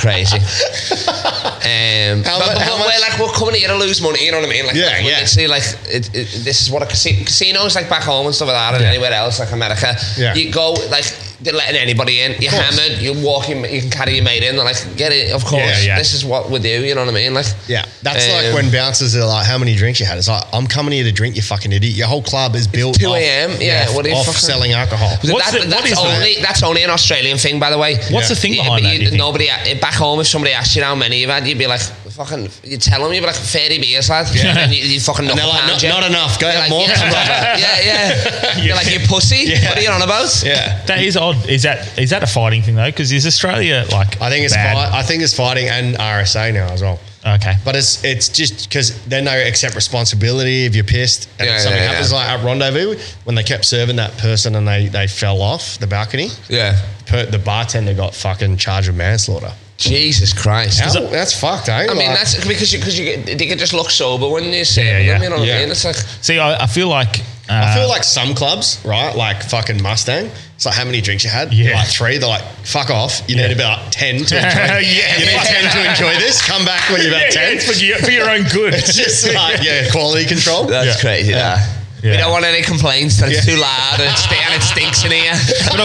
Speaker 4: Crazy. Um,
Speaker 3: How mu-
Speaker 4: but, but
Speaker 3: how
Speaker 4: we're
Speaker 3: much-
Speaker 4: like, we're coming here to lose money, you know what I mean? Like,
Speaker 3: Yeah,
Speaker 4: we're
Speaker 3: yeah.
Speaker 4: literally, like, it, it, this is what a casino, casinos like back home and stuff like that, and
Speaker 2: Yeah.
Speaker 4: anywhere else, like America.
Speaker 3: Yeah.
Speaker 4: You go, like, they're letting anybody in. You're
Speaker 3: course.
Speaker 4: hammered, you're walking, you can carry your mate in. They're like, get it, of course.
Speaker 2: Yeah, yeah.
Speaker 4: This is what we do. You know what I mean? Like,
Speaker 3: Yeah, that's like
Speaker 4: um,
Speaker 3: when bouncers are like, "How many drinks you had?" It's like, "I'm coming here to drink, you fucking idiot." Your whole club is built
Speaker 4: 2
Speaker 3: off-
Speaker 4: a.m., yeah, what are you
Speaker 3: off
Speaker 4: fucking-
Speaker 3: selling alcohol.
Speaker 2: What's
Speaker 4: that,
Speaker 2: the- what
Speaker 4: that's
Speaker 2: is that?
Speaker 4: only that's only an Australian thing, by the way.
Speaker 2: What's the thing behind
Speaker 4: but
Speaker 2: that,
Speaker 4: you-
Speaker 2: do you think?
Speaker 4: nobody uh, back home, if somebody asked you how many you've had, you'd be like, "Fucking," you tell them you'd be like, "30 beers, lad." Yeah. And you, you
Speaker 3: And
Speaker 4: fucking
Speaker 3: they're
Speaker 4: knuckle
Speaker 3: like,
Speaker 4: pound
Speaker 3: "Not-
Speaker 4: you.
Speaker 3: not enough. Go
Speaker 4: You're
Speaker 3: have
Speaker 4: like,
Speaker 3: more."
Speaker 4: Yeah, yeah. yeah.
Speaker 2: Yeah.
Speaker 4: You're like, "You pussy."
Speaker 3: Yeah.
Speaker 4: What are you on about?
Speaker 3: Yeah,
Speaker 2: That is odd. Is that is that a fighting thing though? Because is Australia like?
Speaker 3: I think it's
Speaker 2: bad?
Speaker 3: fight, I think it's fighting and RSA now as well.
Speaker 2: Okay,
Speaker 3: But it's it's just because then they accept responsibility if you're pissed and
Speaker 4: Yeah,
Speaker 3: if something
Speaker 4: yeah, yeah.
Speaker 3: happens like at rendezvous when they kept serving that person and they they fell off the balcony.
Speaker 4: Yeah.
Speaker 3: Per, the bartender got fucking charged with manslaughter.
Speaker 4: Jesus Christ.
Speaker 3: How- that's fucked, eh?
Speaker 4: I mean,
Speaker 3: Like-
Speaker 4: that's because you, cause you get- they could just look sober when you say
Speaker 2: Yeah,
Speaker 4: yeah,
Speaker 2: yeah.
Speaker 4: You know what
Speaker 3: Yeah.
Speaker 4: I mean? It's like,
Speaker 2: see, I, I feel like uh,
Speaker 3: I feel like some clubs, right? Like fucking Mustang. It's like how many drinks you had?
Speaker 2: Yeah.
Speaker 3: Like three. They're like, fuck off. You need about 10
Speaker 2: <laughs>
Speaker 3: to enjoy
Speaker 2: Yeah,
Speaker 3: You need
Speaker 2: fuck.
Speaker 3: 10 to enjoy this. Come back when you're
Speaker 2: <laughs>
Speaker 3: about 10.
Speaker 2: it's for, your, for your own good.
Speaker 3: It's just
Speaker 2: <laughs>
Speaker 3: like, <laughs> yeah, quality control.
Speaker 4: that's
Speaker 2: Yeah.
Speaker 4: crazy. that.
Speaker 2: Yeah.
Speaker 4: We don't want any complaints that it's
Speaker 3: Yeah.
Speaker 4: too loud and, it st- and it stinks in here.
Speaker 2: But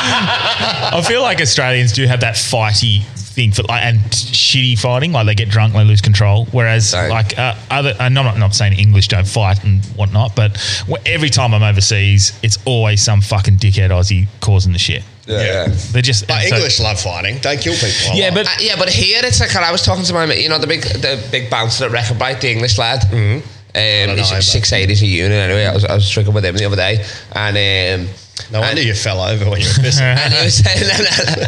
Speaker 2: I, I feel like Australians do have that fighty thing for like and shitty fighting, like they get drunk, they lose control. Whereas
Speaker 4: Same.
Speaker 2: like uh, other, and I'm not, not saying English don't fight and whatnot, but wh- every time I'm overseas, it's always some fucking dickhead Aussie causing the shit.
Speaker 4: Yeah.
Speaker 2: They're just
Speaker 3: But
Speaker 2: and so-
Speaker 3: English love fighting. They kill people. a
Speaker 2: Yeah,
Speaker 3: lot.
Speaker 2: but
Speaker 4: Uh, yeah, but here it's like I was talking to my mate, you know, the big the big bouncer at Record Bite, the English lad. Mm-hmm. Um,
Speaker 3: don't know, but-
Speaker 4: he's six eight. He's a unit anyway. I was I was drinking with him the other day, and um,
Speaker 3: no wonder you fell over when you were
Speaker 4: <laughs>
Speaker 3: pissing.
Speaker 4: and he was saying, no, no, no.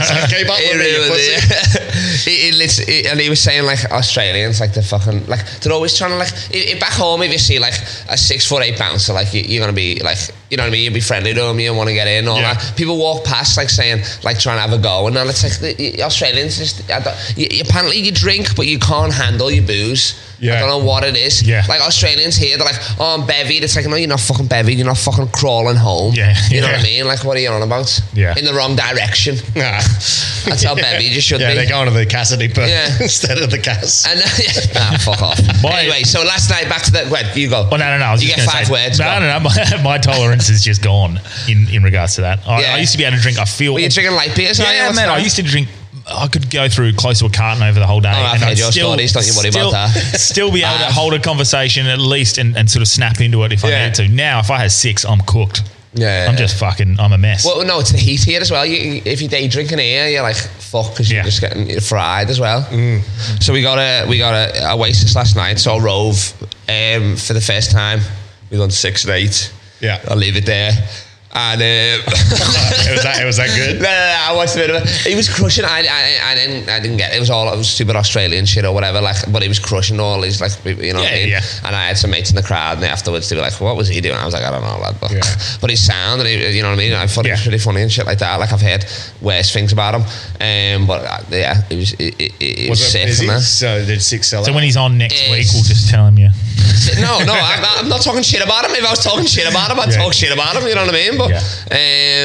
Speaker 3: <laughs> So keep up
Speaker 4: He
Speaker 3: with me, you
Speaker 4: ruined
Speaker 3: pussy.
Speaker 4: <laughs> it. he, he lit- he- and he was saying like Australians like the fucking like they're always trying to like i i back home if you see like a six foot eight bouncer like you, you're gonna be like you know what I mean you'll be friendly to him you want to get in all
Speaker 2: Yeah.
Speaker 4: that people walk past like saying like trying to have a go and then it's like the, the Australians just I don't, you, you- apparently you drink but you can't handle your booze.
Speaker 2: Yeah.
Speaker 4: I don't know what it is.
Speaker 2: Yeah.
Speaker 4: Like Australians here, they're like, oh, I'm bevied. It's like, no, you're not fucking bevied. You're not fucking crawling home.
Speaker 2: Yeah.
Speaker 4: You know
Speaker 2: Yeah.
Speaker 4: what I mean? Like, what are you on about?
Speaker 2: Yeah.
Speaker 4: In the wrong direction.
Speaker 3: Nah.
Speaker 4: That's how bad Oh, you should
Speaker 3: yeah,
Speaker 4: be.
Speaker 3: they're going to the Cassidy per-
Speaker 4: Yeah.
Speaker 3: <laughs> instead of the Cass.
Speaker 4: And <laughs> ah, fuck off.
Speaker 2: Why-
Speaker 4: Anyway, so last night back to that. Wait, you go.
Speaker 2: Oh no, no, no! I was
Speaker 4: you
Speaker 2: just
Speaker 4: get
Speaker 2: gonna
Speaker 4: five
Speaker 2: say,
Speaker 4: words.
Speaker 2: No,
Speaker 4: go.
Speaker 2: no, no! My, <laughs> my tolerance is just gone in, in regards to that. I,
Speaker 4: Yeah.
Speaker 2: I used to be able to drink. I feel.
Speaker 4: Were you drinking light beers?
Speaker 2: Yeah, yeah man. I used to drink. I could go through close to a carton over the whole day.
Speaker 4: Oh, I've heard your stories, don't you worry
Speaker 2: still,
Speaker 4: about that.
Speaker 2: <laughs> Still be able to
Speaker 4: <laughs> I've-
Speaker 2: hold a conversation at least and, and sort of snap into it if I
Speaker 4: Yeah.
Speaker 2: need to. Now, if I had six, I'm cooked.
Speaker 4: Yeah.
Speaker 2: I'm just fucking. I'm a mess.
Speaker 4: Well, no, it's the heat here as well. You, if you're day drinking here, you're like fuck because
Speaker 2: Yeah.
Speaker 4: you're just getting fried as well.
Speaker 3: Mm.
Speaker 4: So we got a we got a Oasis last night. Saw Rove um, for the first time. We done six and eight.
Speaker 3: Yeah.
Speaker 4: I'll leave it there. And um,
Speaker 3: <laughs> It was that. It was that
Speaker 4: no,
Speaker 3: good.
Speaker 4: <laughs> no, no, I watched a bit of it. He was crushing. I, I, I didn't, I didn't get it. It was all it was stupid Australian shit or whatever. Like, but he was crushing all his like, you know what I
Speaker 2: Yeah,
Speaker 4: mean?
Speaker 2: yeah.
Speaker 4: And I had some mates in the crowd, and they afterwards they were like, "What was he doing?" I was like, "I don't know, lad." But, <laughs> but his sound, and he, you know what I mean? I thought it was
Speaker 2: Yeah.
Speaker 4: pretty funny and shit like that. Like I've heard worse things about him, um, but uh, yeah, it was it, it, it was,
Speaker 3: Was it
Speaker 4: sick.
Speaker 3: busy?
Speaker 4: and that.
Speaker 3: So did six sell
Speaker 2: so
Speaker 3: out?
Speaker 2: when he's on next
Speaker 4: Yes.
Speaker 2: week, we'll just tell him. Yeah.
Speaker 4: no, no, I'm, I'm not talking shit about him. If I was talking shit about him, I'd
Speaker 2: Yeah.
Speaker 4: talk shit about him. You know what I mean? But,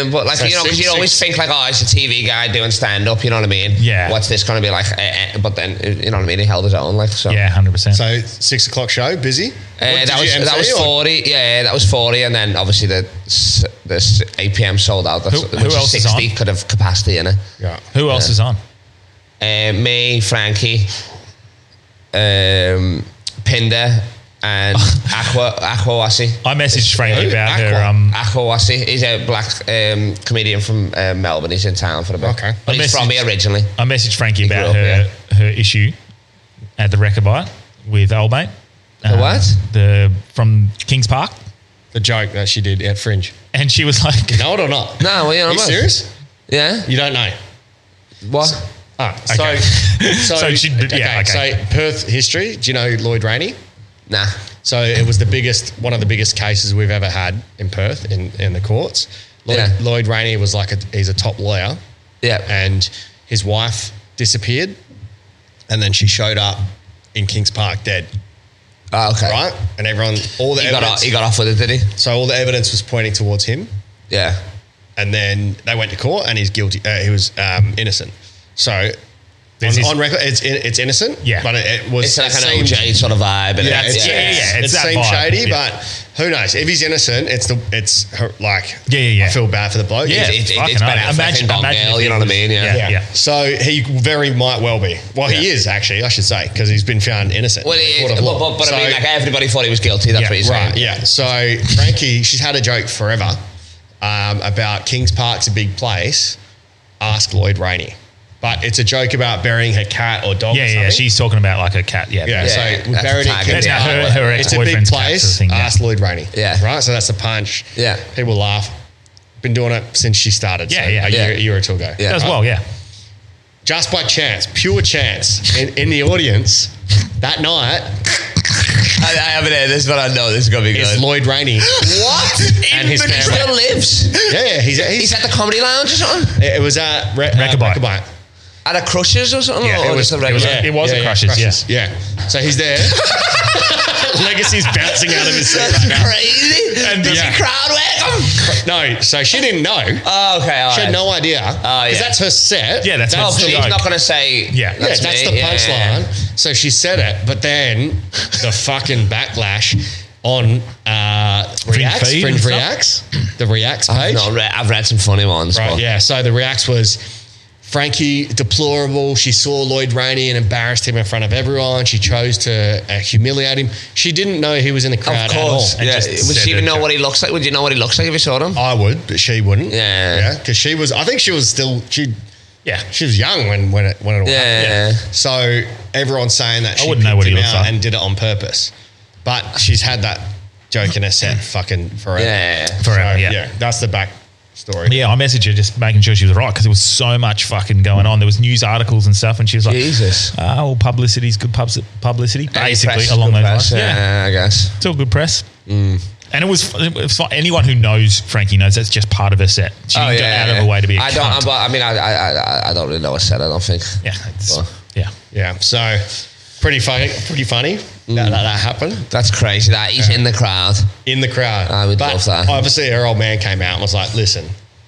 Speaker 4: um, but like
Speaker 3: So
Speaker 4: you know, because
Speaker 3: six-
Speaker 4: you always
Speaker 3: six-
Speaker 4: think like, oh, it's a TV guy doing stand up. You know what I mean?
Speaker 2: Yeah.
Speaker 4: What's this going to be like? Eh, eh, But then, you know what I mean? He held his own. Like so.
Speaker 2: Yeah, hundred percent.
Speaker 3: So six o'clock show, busy.
Speaker 4: Uh,
Speaker 3: What, did
Speaker 4: that
Speaker 3: you
Speaker 4: was
Speaker 3: MC
Speaker 4: that was
Speaker 3: or-
Speaker 4: forty, yeah, that was forty, and then obviously the s- the s- eight PM sold out. That's,
Speaker 2: Who-
Speaker 4: which
Speaker 2: who else is
Speaker 4: sixty
Speaker 2: on?
Speaker 4: could have capacity in it.
Speaker 3: Yeah.
Speaker 2: Who else is on?
Speaker 4: Uh, me, Frankie, um, Pinder,
Speaker 3: <laughs>
Speaker 4: and Aqua Aquawasi.
Speaker 2: I messaged Frankie
Speaker 4: Who?
Speaker 2: about
Speaker 4: Aqua-
Speaker 2: her. Um,
Speaker 4: Aquawasi. He's a black um, comedian from uh, Melbourne. He's in town for a bit.
Speaker 3: Okay.
Speaker 4: But he's from
Speaker 2: Message-
Speaker 4: here originally.
Speaker 2: I messaged Frankie
Speaker 4: grew
Speaker 2: about
Speaker 4: up,
Speaker 2: her her issue at the record bite with old mate. Um,
Speaker 4: The what?
Speaker 2: The from Kings Park,
Speaker 3: The joke that she did at Fringe.
Speaker 2: and she was
Speaker 4: <laughs>
Speaker 2: like,
Speaker 3: Know it or not?
Speaker 4: No, well, you know
Speaker 3: Are you
Speaker 4: what?
Speaker 3: serious?
Speaker 4: Yeah.
Speaker 3: You don't know.
Speaker 4: What?
Speaker 3: Ah,
Speaker 2: Okay.
Speaker 4: <laughs>
Speaker 3: so, so,
Speaker 2: So she did- yeah, okay.
Speaker 3: So Perth history. Do you know Lloyd Rainey?
Speaker 4: Nah.
Speaker 3: So it was the biggest, one of the biggest cases we've ever had in Perth in, in the courts. Lloyd,
Speaker 4: Yeah.
Speaker 3: Lloyd Rainey was like a, he's a top lawyer,
Speaker 4: Yeah.
Speaker 3: and his wife disappeared, and then she showed up in Kings Park dead,
Speaker 4: Oh, okay.
Speaker 3: right? And everyone, all the
Speaker 4: He got,
Speaker 3: evidence,
Speaker 4: off, he got off with it, did he?
Speaker 3: so all the evidence was pointing towards him,
Speaker 4: Yeah.
Speaker 3: and then they went to court, and he's guilty. Uh, he was um, innocent. So. On,
Speaker 2: There's this-
Speaker 3: on record, it's it's innocent,
Speaker 2: Yeah.
Speaker 3: But it, it was
Speaker 4: It's like
Speaker 3: it
Speaker 4: an
Speaker 3: seemed-
Speaker 4: OJ sort of vibe. And
Speaker 3: Yeah,
Speaker 4: it-
Speaker 3: it's,
Speaker 2: yeah, yeah, yeah.
Speaker 3: It
Speaker 2: It's that
Speaker 3: seems
Speaker 2: vibe.
Speaker 3: shady,
Speaker 2: Yeah.
Speaker 3: but who knows? If he's innocent, it's the it's her, like
Speaker 2: Yeah, yeah, yeah.
Speaker 3: I feel bad for the bloke.
Speaker 2: Yeah.
Speaker 4: It, it,
Speaker 2: Fucking
Speaker 4: it's
Speaker 2: hell.
Speaker 4: better. Imagine,
Speaker 2: Imagine-
Speaker 4: Gone
Speaker 2: imagine
Speaker 4: Girl,
Speaker 2: if
Speaker 4: you know
Speaker 2: it
Speaker 4: what I
Speaker 2: was-
Speaker 4: mean?
Speaker 2: yeah.
Speaker 3: Yeah. So he very might well be. Well, he
Speaker 4: Yeah.
Speaker 3: is actually, I should say, because he's been found innocent. in
Speaker 4: Well,
Speaker 3: the
Speaker 4: it,
Speaker 3: court of
Speaker 4: but,
Speaker 3: law.
Speaker 4: but, but
Speaker 3: So-
Speaker 4: I mean, like everybody thought he was guilty. That's
Speaker 2: Yeah,
Speaker 4: what he's saying.
Speaker 3: right, yeah. So Frankie, she's had a joke forever um, about Kings Park's a big place. Ask Lloyd Rainey, but it's a joke about burying her cat or dog.
Speaker 2: yeah,
Speaker 3: or
Speaker 2: yeah,
Speaker 3: something.
Speaker 2: She's talking about like a cat. Yeah,
Speaker 3: Yeah,
Speaker 4: Yeah,
Speaker 3: so we
Speaker 4: that's
Speaker 3: buried
Speaker 4: the
Speaker 3: it.
Speaker 4: target.
Speaker 3: Kings
Speaker 4: That's
Speaker 2: now
Speaker 3: Park.
Speaker 2: her- her
Speaker 3: it's a big
Speaker 2: ex-boyfriend's cat sort
Speaker 3: place.
Speaker 2: of thing, yeah.
Speaker 3: Ask Lloyd Rainey.
Speaker 4: Yeah.
Speaker 3: Right? So that's the punch.
Speaker 4: Yeah.
Speaker 3: People laugh. Been doing it since she started.
Speaker 2: Yeah,
Speaker 3: so
Speaker 2: yeah.
Speaker 3: A
Speaker 4: Yeah.
Speaker 3: year, a year or two ago.
Speaker 4: Yeah.
Speaker 2: does well. Yeah,
Speaker 3: Just by chance, pure chance, in, in the audience that night
Speaker 4: I, I haven't heard this, but I know this is gonna be good.
Speaker 3: is Lloyd
Speaker 4: <gasps>
Speaker 3: Rainey.
Speaker 4: <laughs> what?
Speaker 3: And his
Speaker 4: but he
Speaker 3: family.
Speaker 4: still lives.
Speaker 3: yeah, yeah. He's, he's,
Speaker 4: He's at the comedy lounge or something.
Speaker 3: it was at Re- uh,
Speaker 2: Rechabite.
Speaker 3: Rechabite.
Speaker 4: At a Crushers or something.
Speaker 2: Yeah,
Speaker 4: or
Speaker 2: it was-
Speaker 4: just a
Speaker 2: it was
Speaker 4: regular.
Speaker 2: a- it was a Crushers, yeah.
Speaker 3: yeah. So he's
Speaker 4: <laughs>
Speaker 3: there. Legacy's bouncing out of his seat
Speaker 4: That's
Speaker 3: right now.
Speaker 4: crazy.
Speaker 3: And,
Speaker 4: Does
Speaker 3: yeah.
Speaker 4: he crowd work?
Speaker 3: No, so she didn't know.
Speaker 4: Oh, okay. All
Speaker 3: she had
Speaker 4: right.
Speaker 3: no idea. Because
Speaker 4: yeah.
Speaker 3: that's her set.
Speaker 2: Yeah, that's
Speaker 4: No,
Speaker 2: her
Speaker 4: because
Speaker 2: set.
Speaker 4: he's
Speaker 2: joke.
Speaker 4: not gonna say.
Speaker 2: Yeah. Yeah,
Speaker 3: yeah, that's
Speaker 4: me,
Speaker 3: the
Speaker 4: yeah.
Speaker 3: punchline. So she said it, but then the fucking backlash on uh, Reacts,
Speaker 2: feed
Speaker 3: Fringe
Speaker 2: and stuff?
Speaker 3: Reacts, the Reacts page.
Speaker 4: No, I've read- I've read some funny ones.
Speaker 3: Right,
Speaker 4: but-
Speaker 3: yeah. So the Reacts was Frankie deplorable. She saw Lloyd Rainey and embarrassed him in front of everyone. She chose to uh, humiliate him. She didn't know he was in the crowd
Speaker 4: Of course.
Speaker 3: at all.
Speaker 4: Yeah.
Speaker 2: just
Speaker 4: Would
Speaker 2: said
Speaker 4: she even
Speaker 2: it.
Speaker 4: know what he looks like? Would you know what he looks like if you saw him?
Speaker 3: I would, but she wouldn't.
Speaker 4: Yeah.
Speaker 3: yeah, because she was. I think she was still she.
Speaker 2: yeah.
Speaker 3: She was young when when it when it all happened.
Speaker 4: Yeah.
Speaker 3: So everyone's saying that she
Speaker 2: wouldn't know
Speaker 3: picked
Speaker 2: what he
Speaker 3: him
Speaker 2: looks
Speaker 3: out
Speaker 2: like.
Speaker 3: and did it on purpose, but she's had that joke in her set fucking forever.
Speaker 4: Yeah.
Speaker 2: Forever.
Speaker 3: So,
Speaker 2: yeah.
Speaker 3: yeah, that's the back story.
Speaker 2: <laughs> Yeah, I messaged her just making sure she was right because there was so much fucking going on. There was news articles and stuff, and she was like,
Speaker 4: Jesus.
Speaker 2: "Ah, well, publicity's good pubs- publicity."
Speaker 4: Any
Speaker 2: Basically,
Speaker 4: press is
Speaker 2: along
Speaker 4: good
Speaker 2: those
Speaker 4: press,
Speaker 2: lines. Yeah.
Speaker 4: Yeah, I guess.
Speaker 2: It's all good press. And it was, it was fine. anyone who knows Frankie knows that's just part of her set. She didn't
Speaker 4: Oh,
Speaker 2: go out of her way to be a
Speaker 4: I
Speaker 2: cunt.
Speaker 4: don't. But I mean, I, I, I, I don't really know what I said. I don't think.
Speaker 2: yeah, it's-
Speaker 4: Well,
Speaker 2: yeah.
Speaker 3: Yeah, so pretty funny. Pretty funny that, that that happened
Speaker 4: That's crazy. That he's in the crowd.
Speaker 3: in the crowd.
Speaker 4: I would
Speaker 3: but
Speaker 4: love that.
Speaker 3: Obviously, her old man came out and was like, "Listen,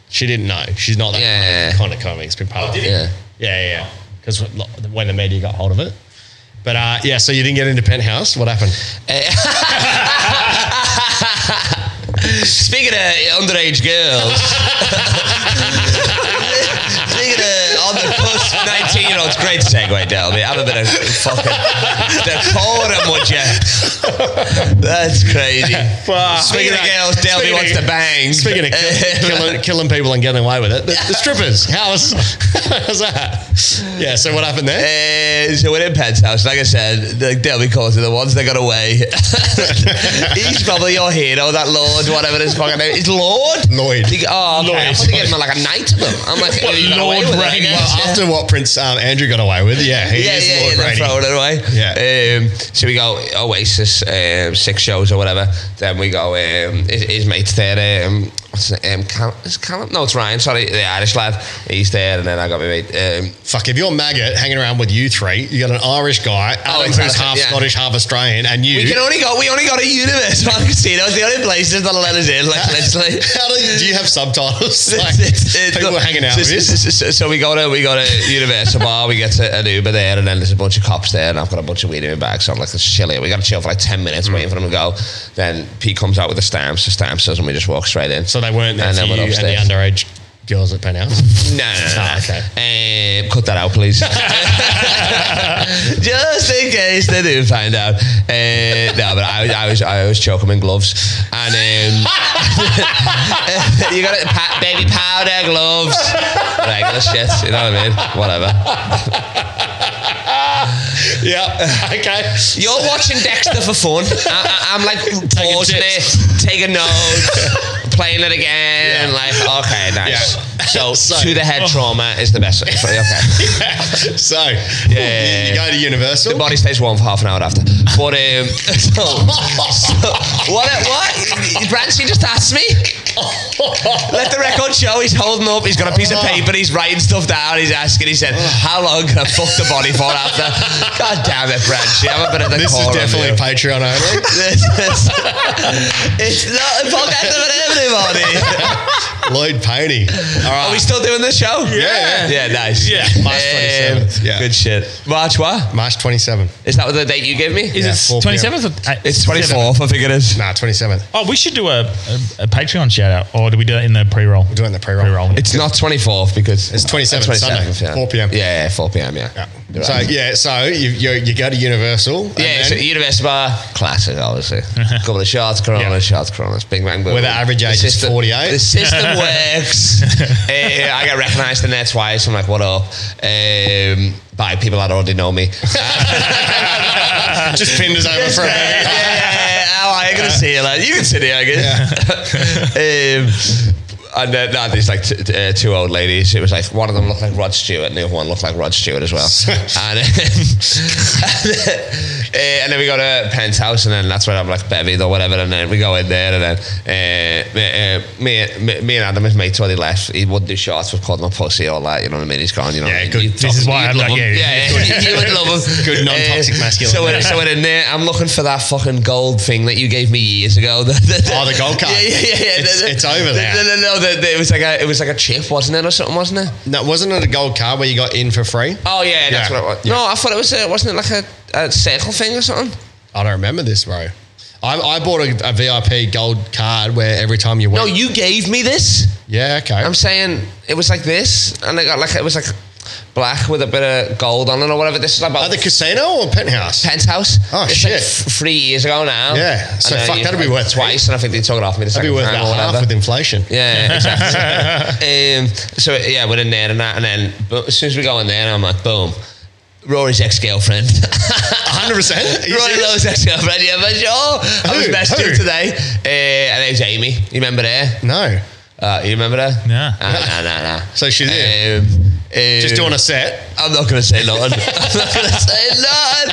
Speaker 3: she didn't know. She's not that
Speaker 4: Yeah.
Speaker 3: kind of comic. It's been part of it.
Speaker 4: Yeah.
Speaker 3: yeah, yeah. Because when the media got hold of it." But uh, yeah, so you didn't get into penthouse. What happened?
Speaker 4: Speaking of underage
Speaker 2: <laughs>
Speaker 4: girls, speaking of on the cusp nineteen-year-olds, great segue, Delby. Have a bit of fucking decorum, would you? That's crazy.
Speaker 3: Well, speaking
Speaker 4: Speaking of
Speaker 3: of-
Speaker 4: girls, Delby
Speaker 3: speaking
Speaker 4: wants
Speaker 3: of-
Speaker 4: to bang.
Speaker 3: Speaking
Speaker 4: <laughs>
Speaker 3: of kill, killing, killing people and getting away with it, the, the strippers. How is, <laughs> how's that? Yeah. So what happened there?
Speaker 4: Uh, so we're in Penn's house. Like I said, the Delby calls are the ones that
Speaker 3: <laughs>
Speaker 4: got away. He's probably your hero, that Lord, whatever his fucking name is. Lord?
Speaker 3: Lloyd.
Speaker 4: He- oh, okay.
Speaker 3: Lloyd.
Speaker 4: I'm going to give him like a knight to them. I'm like,
Speaker 2: What,
Speaker 4: you got away
Speaker 2: Lord
Speaker 4: with it, I
Speaker 2: Brain?
Speaker 4: guess.
Speaker 3: Well,
Speaker 4: Yeah.
Speaker 3: after what Prince um, Andrew got away with, yeah, he
Speaker 4: yeah,
Speaker 3: is
Speaker 4: yeah,
Speaker 3: Lord
Speaker 4: yeah, they're
Speaker 3: Brady.
Speaker 4: throwing it away.
Speaker 3: Yeah.
Speaker 4: Um, so we go Oasis, um, six shows or whatever. Then we go um, his, his mate's there. Um, what's his name? Um, Cal- is it Callum? No, it's Ryan. Sorry, the Irish lad. He's there, and then I got my mate. Um,
Speaker 3: Fuck, if you're maggot hanging around with you three, you got an Irish guy,
Speaker 4: Oh,
Speaker 3: Adam, who's
Speaker 4: exactly,
Speaker 3: half
Speaker 4: yeah.
Speaker 3: Scottish, half Australian, and you.
Speaker 4: we
Speaker 3: <laughs>
Speaker 4: can only go. We only got a universe. Man, casinos. The only places that'll let us in. Like literally.
Speaker 3: How do
Speaker 4: <laughs>
Speaker 3: you, do you have subtitles? Like,
Speaker 4: It's- it's-
Speaker 3: people
Speaker 4: look,
Speaker 3: hanging out
Speaker 4: so,
Speaker 3: with you.
Speaker 4: so, so, so- so we go to we go to Universal Bar. We get to an Uber there, and then there's a bunch of cops there, and I've got a bunch of weed in my bag. So I'm like, this is chilly. We got to chill for like ten
Speaker 3: Hmm.
Speaker 4: minutes waiting for them to go. Then Pete comes out with the stamps, the stamps, says, and we just walk straight in.
Speaker 3: So they weren't there
Speaker 4: And
Speaker 3: for
Speaker 4: then
Speaker 3: you
Speaker 4: we're
Speaker 3: and the
Speaker 4: upstairs.
Speaker 3: underage girls at
Speaker 4: <laughs>
Speaker 3: Penhouse.
Speaker 4: No, no, no. no.
Speaker 3: Oh,
Speaker 4: Um, cut that
Speaker 3: <laughs>
Speaker 4: out, please. Just in case they do find out. Uh, no, but I, was- I was I always choke them in gloves, and um, <laughs> you got it, pa- baby powder gloves, regular shit. You know what I mean? Whatever.
Speaker 3: yeah. <laughs> Okay.
Speaker 4: You're watching Dexter for fun. I, I, I'm
Speaker 3: <laughs>
Speaker 4: like pausing
Speaker 3: tips.
Speaker 4: it, taking notes, playing it again.
Speaker 3: Yeah.
Speaker 4: Like, okay, nice.
Speaker 3: Yeah. Oh. <laughs>
Speaker 4: So,
Speaker 3: So-
Speaker 4: to the head trauma is
Speaker 3: <laughs>
Speaker 4: the best. Okay.
Speaker 3: So
Speaker 4: Yeah.
Speaker 3: you, you go to Universal.
Speaker 4: The body stays warm for half an hour after. But um, <laughs> so, so, what? What? Branson just asked me. Let the record show. He's holding up. He's got a piece of paper. He's writing stuff down. He's asking. He said, "How long can I fuck the body for after?" God damn it, Branson. I'm a bit of the
Speaker 3: <laughs> this is
Speaker 4: core on
Speaker 3: definitely
Speaker 4: you.
Speaker 3: Patreon
Speaker 4: <laughs>
Speaker 3: only.
Speaker 4: This is- it's not a podcast for everybody.
Speaker 3: Lloyd Pony. All right.
Speaker 4: Are we still doing the show?
Speaker 3: Yeah.
Speaker 4: Yeah, nice.
Speaker 2: Yeah.
Speaker 3: March
Speaker 4: Um,
Speaker 3: 27th, yeah.
Speaker 4: Good shit. March what?
Speaker 3: March 27th.
Speaker 4: Is that the date you gave me?
Speaker 2: Is
Speaker 3: Yeah,
Speaker 2: it
Speaker 3: 4 p.m.
Speaker 2: twenty seventh or eight-
Speaker 4: It's 24th, I think it is.
Speaker 3: Nah, 27th.
Speaker 2: Oh, we should do a, a, a Patreon shout out, or do we do that in the pre roll? We're
Speaker 3: doing the pre-roll.
Speaker 4: It's not 24th because
Speaker 3: It's 27th,
Speaker 4: That's
Speaker 3: Sunday, 4 p.m.
Speaker 4: Yeah, yeah, 4 p.m. Yeah.
Speaker 3: Yeah.
Speaker 4: You're
Speaker 3: So
Speaker 4: right.
Speaker 3: yeah, so you, you, you go to Universal. and
Speaker 4: yeah, it's
Speaker 3: then-
Speaker 4: at Universal Bar,
Speaker 3: <laughs>
Speaker 4: classic, obviously. Couple of shots, Corona,
Speaker 2: Yeah.
Speaker 4: shots, Coronas, Big Bang. Boom.
Speaker 3: Where the average age is
Speaker 4: system-
Speaker 3: 48. <laughs>
Speaker 4: The system works. Eh, I got recognised in there twice. I'm like, what up? Um, by people that already know me.
Speaker 3: <laughs> <laughs>
Speaker 4: <laughs>
Speaker 3: just pinned us over for a
Speaker 4: yeah,
Speaker 3: minute.
Speaker 4: yeah, how are you gonna see you? Like, you can sit here, I guess. <laughs> um, and then no, there's like t- t- uh, two old ladies. It was like one of them looked like Rod Stewart, and the other one looked like Rod Stewart
Speaker 3: <laughs>
Speaker 4: as well. and, um, <laughs> and, then, uh, and then we go to Penn's house, and then that's where I'm like bevied or whatever. And then we go in there, and then uh, me, uh, me, me, me and Adam, his mate, when he left, he wouldn't do shots. Was called him a pussy, all that. You know what I mean? He's gone. You know. what
Speaker 3: Yeah,
Speaker 4: I mean?
Speaker 3: good.
Speaker 4: You
Speaker 3: This
Speaker 4: fucking-
Speaker 2: is why
Speaker 4: you'd
Speaker 2: I'm
Speaker 4: love
Speaker 2: like you.
Speaker 4: him. Yeah, yeah, <laughs> you would love him.
Speaker 3: Good non-toxic
Speaker 4: Uh,
Speaker 3: masculine.
Speaker 4: <laughs> So we're, so we're in there. I'm looking for that fucking gold thing that you gave me years ago. <laughs> The- the-
Speaker 3: Oh, the gold card.
Speaker 4: Yeah, yeah, yeah. yeah.
Speaker 3: It's-
Speaker 4: The-
Speaker 3: it's over there.
Speaker 4: No, no, no. the- the- it was like a, it was like a chip, wasn't it, or something, wasn't it?
Speaker 3: No, wasn't it a gold card where you got in for free?
Speaker 4: Oh yeah, that's
Speaker 3: Yeah.
Speaker 4: what it was. No, I thought it was. A, wasn't it like a, a circle thing or something?
Speaker 3: I don't remember this, bro. I, I bought a, a VIP gold card where every time you went,
Speaker 4: No, you gave me this.
Speaker 3: yeah, okay.
Speaker 4: I'm saying it was like this, and I got like it was like black with a bit of gold on it or whatever. This is about
Speaker 3: At the casino or penthouse?
Speaker 4: penthouse.
Speaker 3: Oh,
Speaker 4: it's
Speaker 3: shit.
Speaker 4: Like f- three years ago now.
Speaker 3: Yeah,
Speaker 4: And
Speaker 3: so
Speaker 4: then
Speaker 3: fuck,
Speaker 4: you-
Speaker 3: that'll be worth
Speaker 4: twice, and I think they took it off me. The
Speaker 3: That'd
Speaker 4: second
Speaker 3: be worth
Speaker 4: time
Speaker 3: about
Speaker 4: or
Speaker 3: half
Speaker 4: whatever.
Speaker 3: with inflation.
Speaker 4: Yeah,
Speaker 3: <laughs>
Speaker 4: exactly. um, so yeah, we're in there and that, and then but as soon as we go in there, I'm like, boom, Rory's
Speaker 3: <laughs>
Speaker 4: ex girlfriend.
Speaker 3: 100%.
Speaker 4: Rory Lowe's ex girlfriend. Yeah, but sure. I was
Speaker 3: Who?
Speaker 4: messaging
Speaker 3: Who?
Speaker 4: today, uh, and it was Amy. You remember her?
Speaker 3: No.
Speaker 4: Uh, you remember her?
Speaker 2: No.
Speaker 4: Nah, nah, nah, nah.
Speaker 3: So she's in.
Speaker 4: Um,
Speaker 3: Just
Speaker 4: um,
Speaker 3: doing a set.
Speaker 4: I'm not going to say nothing. <laughs> I'm not going to say nothing.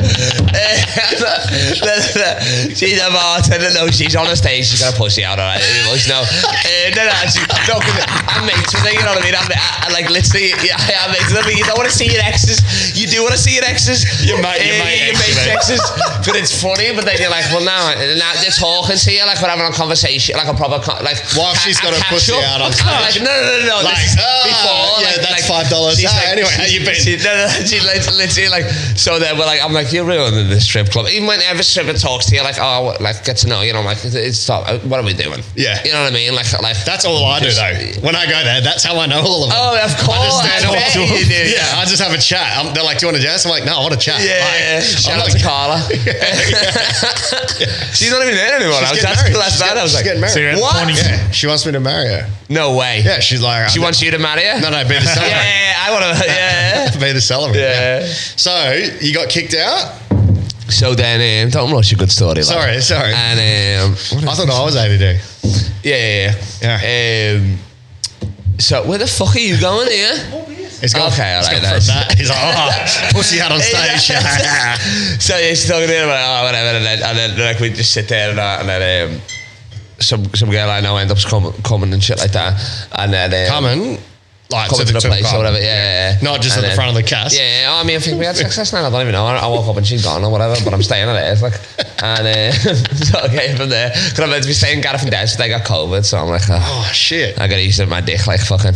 Speaker 4: Eh, I'm not- no, no, no. <laughs> She's a bartender. No, she's on a stage. She's going to push it out. All right. It was no. Eh, No, no. She's not going to. I'm mates with her. You know what I mean? I'm, I, I, like, literally, yeah, I'm mates with her. but You don't want to see your exes. You do want to see your exes.
Speaker 3: Your mate- your mate
Speaker 4: Eh, yeah, your
Speaker 3: ex,
Speaker 4: mate's
Speaker 3: mate.
Speaker 4: exes. But it's funny. But then you're like, well, now, now they're talking to you. Like, we're having a conversation. Like, a proper. Con- like,
Speaker 3: While she's got her
Speaker 4: catch
Speaker 3: pussy
Speaker 4: up.
Speaker 3: out on
Speaker 4: I'm like,
Speaker 3: stage.
Speaker 4: no, no, no, no.
Speaker 3: Like,
Speaker 4: this is
Speaker 3: ah,
Speaker 4: before.
Speaker 3: yeah,
Speaker 4: like,
Speaker 3: that's
Speaker 4: like,
Speaker 3: $5.
Speaker 4: she's
Speaker 3: Ah, anyway, how you been?
Speaker 4: she- no, no, she like, literally like. So then we're like, I'm like, you're ruining this strip club. Even when whenever Shiver talks to you, like, oh, what- like, get to know you, and I'm like, it's- it's stop. uh, What are we doing?
Speaker 3: Yeah.
Speaker 4: You know what I mean? Like, like
Speaker 3: That's all I do though. When I go there, that's how I know all of them.
Speaker 4: Oh, of course.
Speaker 3: I just
Speaker 4: I
Speaker 3: talk
Speaker 4: bet
Speaker 3: to
Speaker 4: you
Speaker 3: them.
Speaker 4: do.
Speaker 3: Yeah, I just have a chat. i they're like, "Do you want to dance?" I'm like, "No, I want to chat."
Speaker 4: Yeah,
Speaker 3: Like,
Speaker 4: yeah.
Speaker 3: I'm
Speaker 4: shout out
Speaker 3: like,
Speaker 4: to
Speaker 3: <laughs>
Speaker 4: Carla. <laughs> She's not even there anymore. I was
Speaker 3: She's
Speaker 4: asking
Speaker 3: getting married.
Speaker 4: last
Speaker 3: She's
Speaker 4: night. I
Speaker 3: getting-
Speaker 4: was
Speaker 3: she's
Speaker 4: like,
Speaker 3: getting married.
Speaker 2: So you're at the
Speaker 4: What?
Speaker 2: Pointy-
Speaker 3: Yeah, she wants me to marry her.
Speaker 4: no way.
Speaker 3: Yeah, she's like,
Speaker 4: She
Speaker 3: I'm-
Speaker 4: wants you to marry her.
Speaker 3: No, no, be the
Speaker 4: <laughs> Yeah,
Speaker 3: celebrant.
Speaker 4: yeah, yeah, I want
Speaker 3: <laughs>
Speaker 4: to. Yeah.
Speaker 3: Be the celebrant.
Speaker 4: Yeah.
Speaker 3: So you got kicked out.
Speaker 4: So then, um, don't rush a good story. lad.
Speaker 3: Sorry, sorry.
Speaker 4: And um, what
Speaker 3: I thought I was ADD.
Speaker 4: Yeah, yeah, yeah. Um, so where the fuck are you going here?
Speaker 3: He's gone,
Speaker 4: Okay,
Speaker 3: he's
Speaker 4: alright,
Speaker 3: gone
Speaker 4: nice.
Speaker 3: for that. He's like, oh, pussy hat on stage.
Speaker 4: <laughs> <laughs> so he's talking to him about oh, whatever, and then, and then like we just sit there and that, and then um, some some girl I know ends up com- coming and shit like that, and then um,
Speaker 3: Coming, like
Speaker 4: coming to the place or whatever. Yeah, yeah. yeah.
Speaker 3: Not just at
Speaker 4: And
Speaker 3: the
Speaker 4: then-
Speaker 3: front of the cast.
Speaker 4: Yeah, yeah. I mean, I think <laughs> we had success now. I don't even know. I, I woke up and she's gone or whatever, but I'm staying at it. It's like, and uh, <laughs> so okay from there. Because I'm meant to be staying Gareth and Des, but they got COVID, so I'm like, oh,
Speaker 3: Oh shit.
Speaker 4: I got used to my dick like <laughs> fucking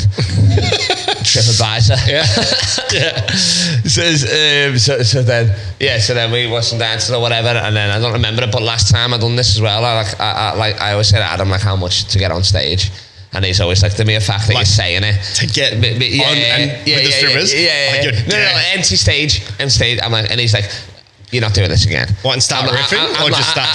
Speaker 4: TripAdvisor.
Speaker 3: <laughs>
Speaker 4: Yeah. yeah. So, it's, um, so, so then, yeah, so then we wasn't dancing or whatever. And then I don't remember it, but last time I done this as well, I, like, I, I, like, I always said to Adam, like, how much to get on stage. And he's always like, the mere fact that
Speaker 3: Like,
Speaker 4: you're saying it.
Speaker 3: to get
Speaker 4: B- b-
Speaker 3: on and with the strippers?
Speaker 4: Yeah, yeah,
Speaker 3: Like,
Speaker 4: yeah.
Speaker 3: you're
Speaker 4: no, no, no,
Speaker 3: dead.
Speaker 4: empty stage, empty stage. I'm like, and he's like, you're not doing this again.
Speaker 3: What, and start
Speaker 4: I'm like,
Speaker 3: riffing
Speaker 4: I- I-
Speaker 3: or
Speaker 4: I'm
Speaker 3: just
Speaker 4: like,
Speaker 3: start
Speaker 4: I- I-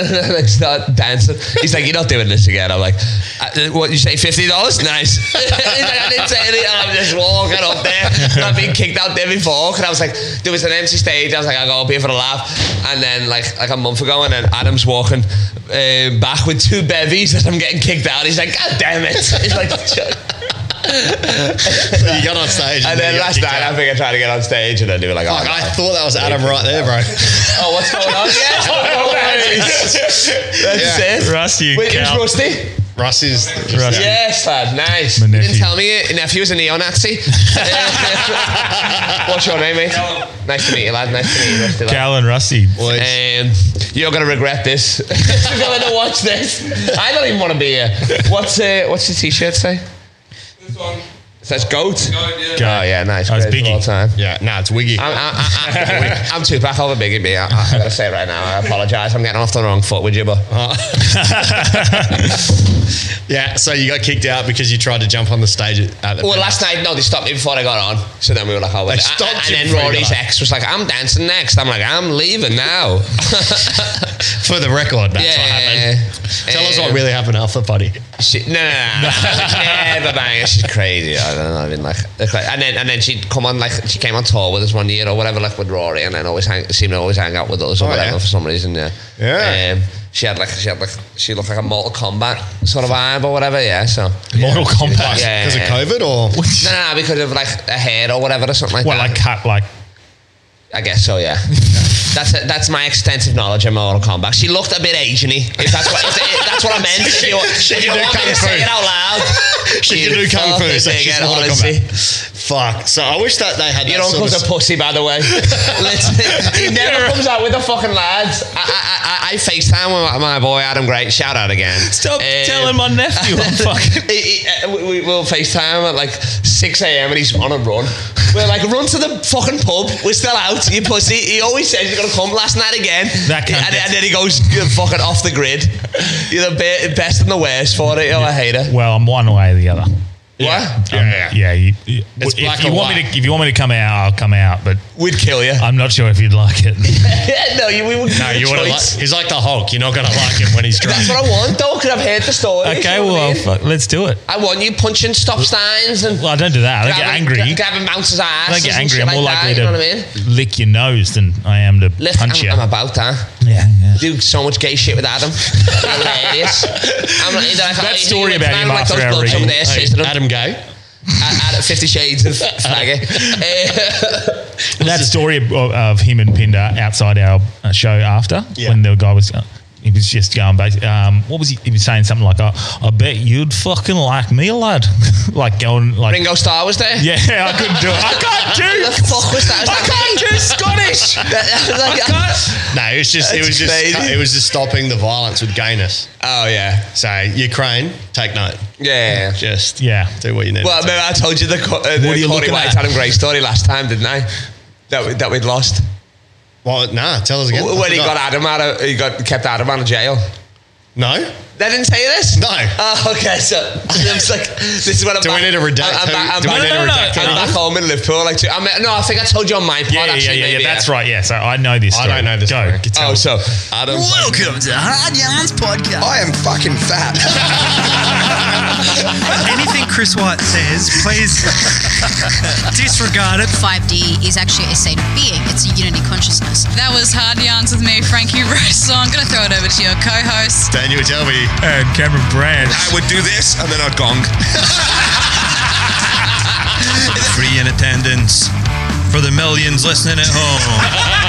Speaker 3: stripping?
Speaker 4: No, no, no, like start dancing. He's like, you're not doing this again. I'm like, "Uh, what you say, fifty dollars? Nice. <laughs> He's like, I didn't say anything. I'm just walking up there. And I've been kicked out there before because I was like, there was an empty stage. I was like, I go up here for a laugh, and then like like a month ago, and then Adam's walking uh, back with two bevies, and I'm getting kicked out. He's like, God damn it! He's like.
Speaker 3: So you got on stage.
Speaker 4: And then
Speaker 3: you got
Speaker 4: last
Speaker 3: kicked
Speaker 4: night,
Speaker 3: out.
Speaker 4: I think I tried to get on stage, and I do like, oh,
Speaker 3: Fuck, I
Speaker 4: no.
Speaker 3: thought that was Adam right there, bro. <laughs>
Speaker 4: oh, what's going on? <laughs> yeah, that's it.
Speaker 2: Rusty,
Speaker 4: Wait, it was
Speaker 2: cow.
Speaker 4: Rusty.
Speaker 3: Russ is.
Speaker 2: Russ.
Speaker 4: Yes, lad, nice.
Speaker 2: My
Speaker 4: You didn't
Speaker 2: nephew.
Speaker 4: tell me it. Your nephew was a <laughs> neo-Nazi. What's your name, mate? Nice to meet you, lad. Nice to meet you, Rusty, lad.
Speaker 2: Cal and Rusty.
Speaker 3: Boys.
Speaker 4: Um, you're gonna regret this. <laughs> you're gonna watch this. I don't even want to be here. What's uh, what's your t-shirt say? It says goat.
Speaker 2: Go.
Speaker 4: Oh yeah, nice.
Speaker 2: Oh, it's
Speaker 4: Great for
Speaker 2: Biggie.
Speaker 4: All time.
Speaker 3: yeah, nah, it's Wiggy.
Speaker 4: I'm, I'm, I'm, I'm two back over Biggie B. I, I, I gotta say it right now. I apologise. I'm getting off the wrong foot with you, but
Speaker 3: <laughs> Oh. yeah, so you got kicked out because you tried to jump on the stage at at the.
Speaker 4: <laughs> Well, last night, no, they stopped me before I got on. So then we were like, oh, well.
Speaker 3: They stopped
Speaker 4: and,
Speaker 3: you
Speaker 4: and
Speaker 3: before
Speaker 4: then
Speaker 3: you
Speaker 4: Rory's
Speaker 3: got on.
Speaker 4: ex was like, I'm dancing next. I'm like, I'm leaving now. <laughs>
Speaker 3: for the record, that's
Speaker 4: Yeah.
Speaker 3: what happened. Tell us what
Speaker 4: Um,
Speaker 3: really happened after the party.
Speaker 4: She, no, no, no, no. I would never bang her. She's crazy. I don't know. I mean, like, like, and then and then she'd come on, like, she came on tour with us one year or whatever, like with Rory, and then always hang, seemed to always hang out with us or
Speaker 3: Oh,
Speaker 4: whatever
Speaker 3: yeah.
Speaker 4: for some reason. Yeah.
Speaker 3: Yeah.
Speaker 4: Um, she had like she had like she looked like a Mortal Kombat sort of vibe or whatever. Yeah. So. <laughs>
Speaker 2: Mortal Kombat.
Speaker 4: Yeah.
Speaker 3: Because of COVID or?
Speaker 4: No, no, no, because of like a hair or whatever or something like
Speaker 2: Well,
Speaker 4: that.
Speaker 2: I cut like
Speaker 4: I guess so, yeah. that's that's my extensive knowledge of Mortal Kombat. She looked a bit Asian-y. If that's what, if, if that's what I meant. If you,
Speaker 3: <laughs> She
Speaker 4: if you
Speaker 3: can do
Speaker 4: want me
Speaker 3: kung
Speaker 4: to
Speaker 3: fu.
Speaker 4: say it out loud.
Speaker 3: <laughs> She can
Speaker 4: you
Speaker 3: do kung fu,
Speaker 4: fucking
Speaker 3: so she's
Speaker 4: bigot,
Speaker 3: not a
Speaker 4: honestly.
Speaker 3: combat. Fuck. So I wish that they had
Speaker 4: Your
Speaker 3: that sort
Speaker 4: uncle's a
Speaker 3: of.
Speaker 4: pussy, by the <laughs> way. Listen, he never comes out with the fucking lads. I, I, I, I FaceTime with my, my boy Adam Great. Shout out again.
Speaker 2: Stop
Speaker 4: Um,
Speaker 2: telling my nephew
Speaker 4: <laughs>
Speaker 2: I'm fucking.
Speaker 4: He- he- uh, we, we will FaceTime at like 6 a.m. and he's on a run. We're like, run to the fucking pub. We're still out, you pussy. He always says you're going to come last night again.
Speaker 2: That cunt
Speaker 4: and,
Speaker 2: gets-
Speaker 4: and then he goes you're fucking off the grid. You're the be- best and the worst for it. Oh, I hate it.
Speaker 2: Well, I'm one way or the other.
Speaker 4: What?
Speaker 2: Um, yeah. You, you-
Speaker 3: It's black
Speaker 2: if you
Speaker 3: or
Speaker 2: want me
Speaker 3: white.
Speaker 2: to, if you want me to come out, I'll come out. But
Speaker 4: We'd kill you.
Speaker 2: I'm not sure if you'd like it.
Speaker 4: <laughs> yeah, no, you, we would
Speaker 3: No, you wouldn't like. He's like the Hulk. You're not gonna like him when he's
Speaker 4: <laughs>
Speaker 3: drunk.
Speaker 4: That's what I want, though, because I've heard the story. you
Speaker 2: okay,
Speaker 4: know what I
Speaker 2: well,
Speaker 4: mean?
Speaker 2: fuck, let's do it.
Speaker 4: I want you punching stop signs and.
Speaker 2: Well, I don't do that. I don't get
Speaker 4: grabbing-
Speaker 2: angry.
Speaker 4: gra- Grabbing bouncers' ass.
Speaker 2: I don't get
Speaker 4: and
Speaker 2: angry.
Speaker 4: shit
Speaker 2: I'm more
Speaker 4: like
Speaker 2: likely
Speaker 4: that,
Speaker 2: to
Speaker 4: You know what I mean?
Speaker 2: lick your nose than I am to
Speaker 4: Listen,
Speaker 2: punch you.
Speaker 4: I'm, I'm about that.
Speaker 2: yeah, yeah.
Speaker 4: do so much gay shit with Adam. Hilarious. I'm like, they're like,
Speaker 2: That
Speaker 4: oh,
Speaker 2: story
Speaker 4: you
Speaker 2: about
Speaker 4: man
Speaker 2: him
Speaker 4: like
Speaker 2: after our
Speaker 4: those blokes
Speaker 2: reading.
Speaker 4: over there,
Speaker 2: Hey,
Speaker 4: sister.
Speaker 3: Adam Gay.
Speaker 4: Adam, Fifty Shades of Faggot. Eh,
Speaker 2: That story of, of him and Pinder outside our uh, show after
Speaker 3: Yeah.
Speaker 2: when the guy was. uh, He was just going back. Um, what was he? He was saying something like, oh, "I bet you'd fucking like me, lad." <laughs> like going like,
Speaker 4: Ringo Starr was there.
Speaker 2: yeah, <laughs> I couldn't do it. I can't
Speaker 4: <laughs>
Speaker 2: do.
Speaker 4: The fuck was that? Was
Speaker 2: I
Speaker 4: that-
Speaker 2: can't do Scottish.
Speaker 4: <laughs> That- that- like-
Speaker 3: No, it was just. it
Speaker 4: That's
Speaker 3: was just.
Speaker 4: crazy.
Speaker 3: It was just stopping the violence with gayness.
Speaker 4: Oh yeah,
Speaker 3: So Ukraine, take note.
Speaker 4: yeah.
Speaker 3: Just
Speaker 2: Yeah.
Speaker 3: do what you need.
Speaker 4: Well,
Speaker 3: to do.
Speaker 4: remember I told you the, co- uh, the
Speaker 2: are you
Speaker 4: Corey
Speaker 2: looking
Speaker 4: White
Speaker 2: at?
Speaker 4: Adam Gray story last time, didn't I? That we, that we'd lost.
Speaker 3: Well, nah, tell us again.
Speaker 4: When he got Adam out of, he got kept Adam out of jail.
Speaker 3: No?
Speaker 4: They didn't tell you this?
Speaker 3: No.
Speaker 4: Oh, okay. So I was like, this is when I'm
Speaker 3: Do we
Speaker 4: back.
Speaker 3: need to redact
Speaker 4: I'm,
Speaker 3: who-
Speaker 4: back, I'm,
Speaker 3: do we
Speaker 4: back,
Speaker 3: need to
Speaker 4: I'm
Speaker 3: redact
Speaker 4: back-
Speaker 3: who
Speaker 4: I'm
Speaker 3: it
Speaker 4: back
Speaker 3: is?
Speaker 4: home in Liverpool. Like, I mean, no, I think I told you on my pod.
Speaker 2: Yeah, yeah,
Speaker 4: actually,
Speaker 2: yeah, yeah,
Speaker 4: maybe,
Speaker 2: That's right. Yeah. So I know this.
Speaker 3: I
Speaker 2: Story.
Speaker 3: don't know this
Speaker 2: Go.
Speaker 3: story.
Speaker 2: Tell
Speaker 4: Oh,
Speaker 2: us.
Speaker 4: so Adam.
Speaker 8: Welcome to Hard Yarns Podcast. I am fucking fat.
Speaker 5: <laughs> Anything Chris White says, please disregard it.
Speaker 6: 5D is actually a state of being. It's a unity consciousness.
Speaker 7: That was Hard Yarns with me, Frankie Rose. So I'm going to throw it over to your co host.
Speaker 3: Dan, you would tell me.
Speaker 2: And Cameron Brand.
Speaker 8: I would do this and then I'd gong. Free in attendance for the millions listening at home.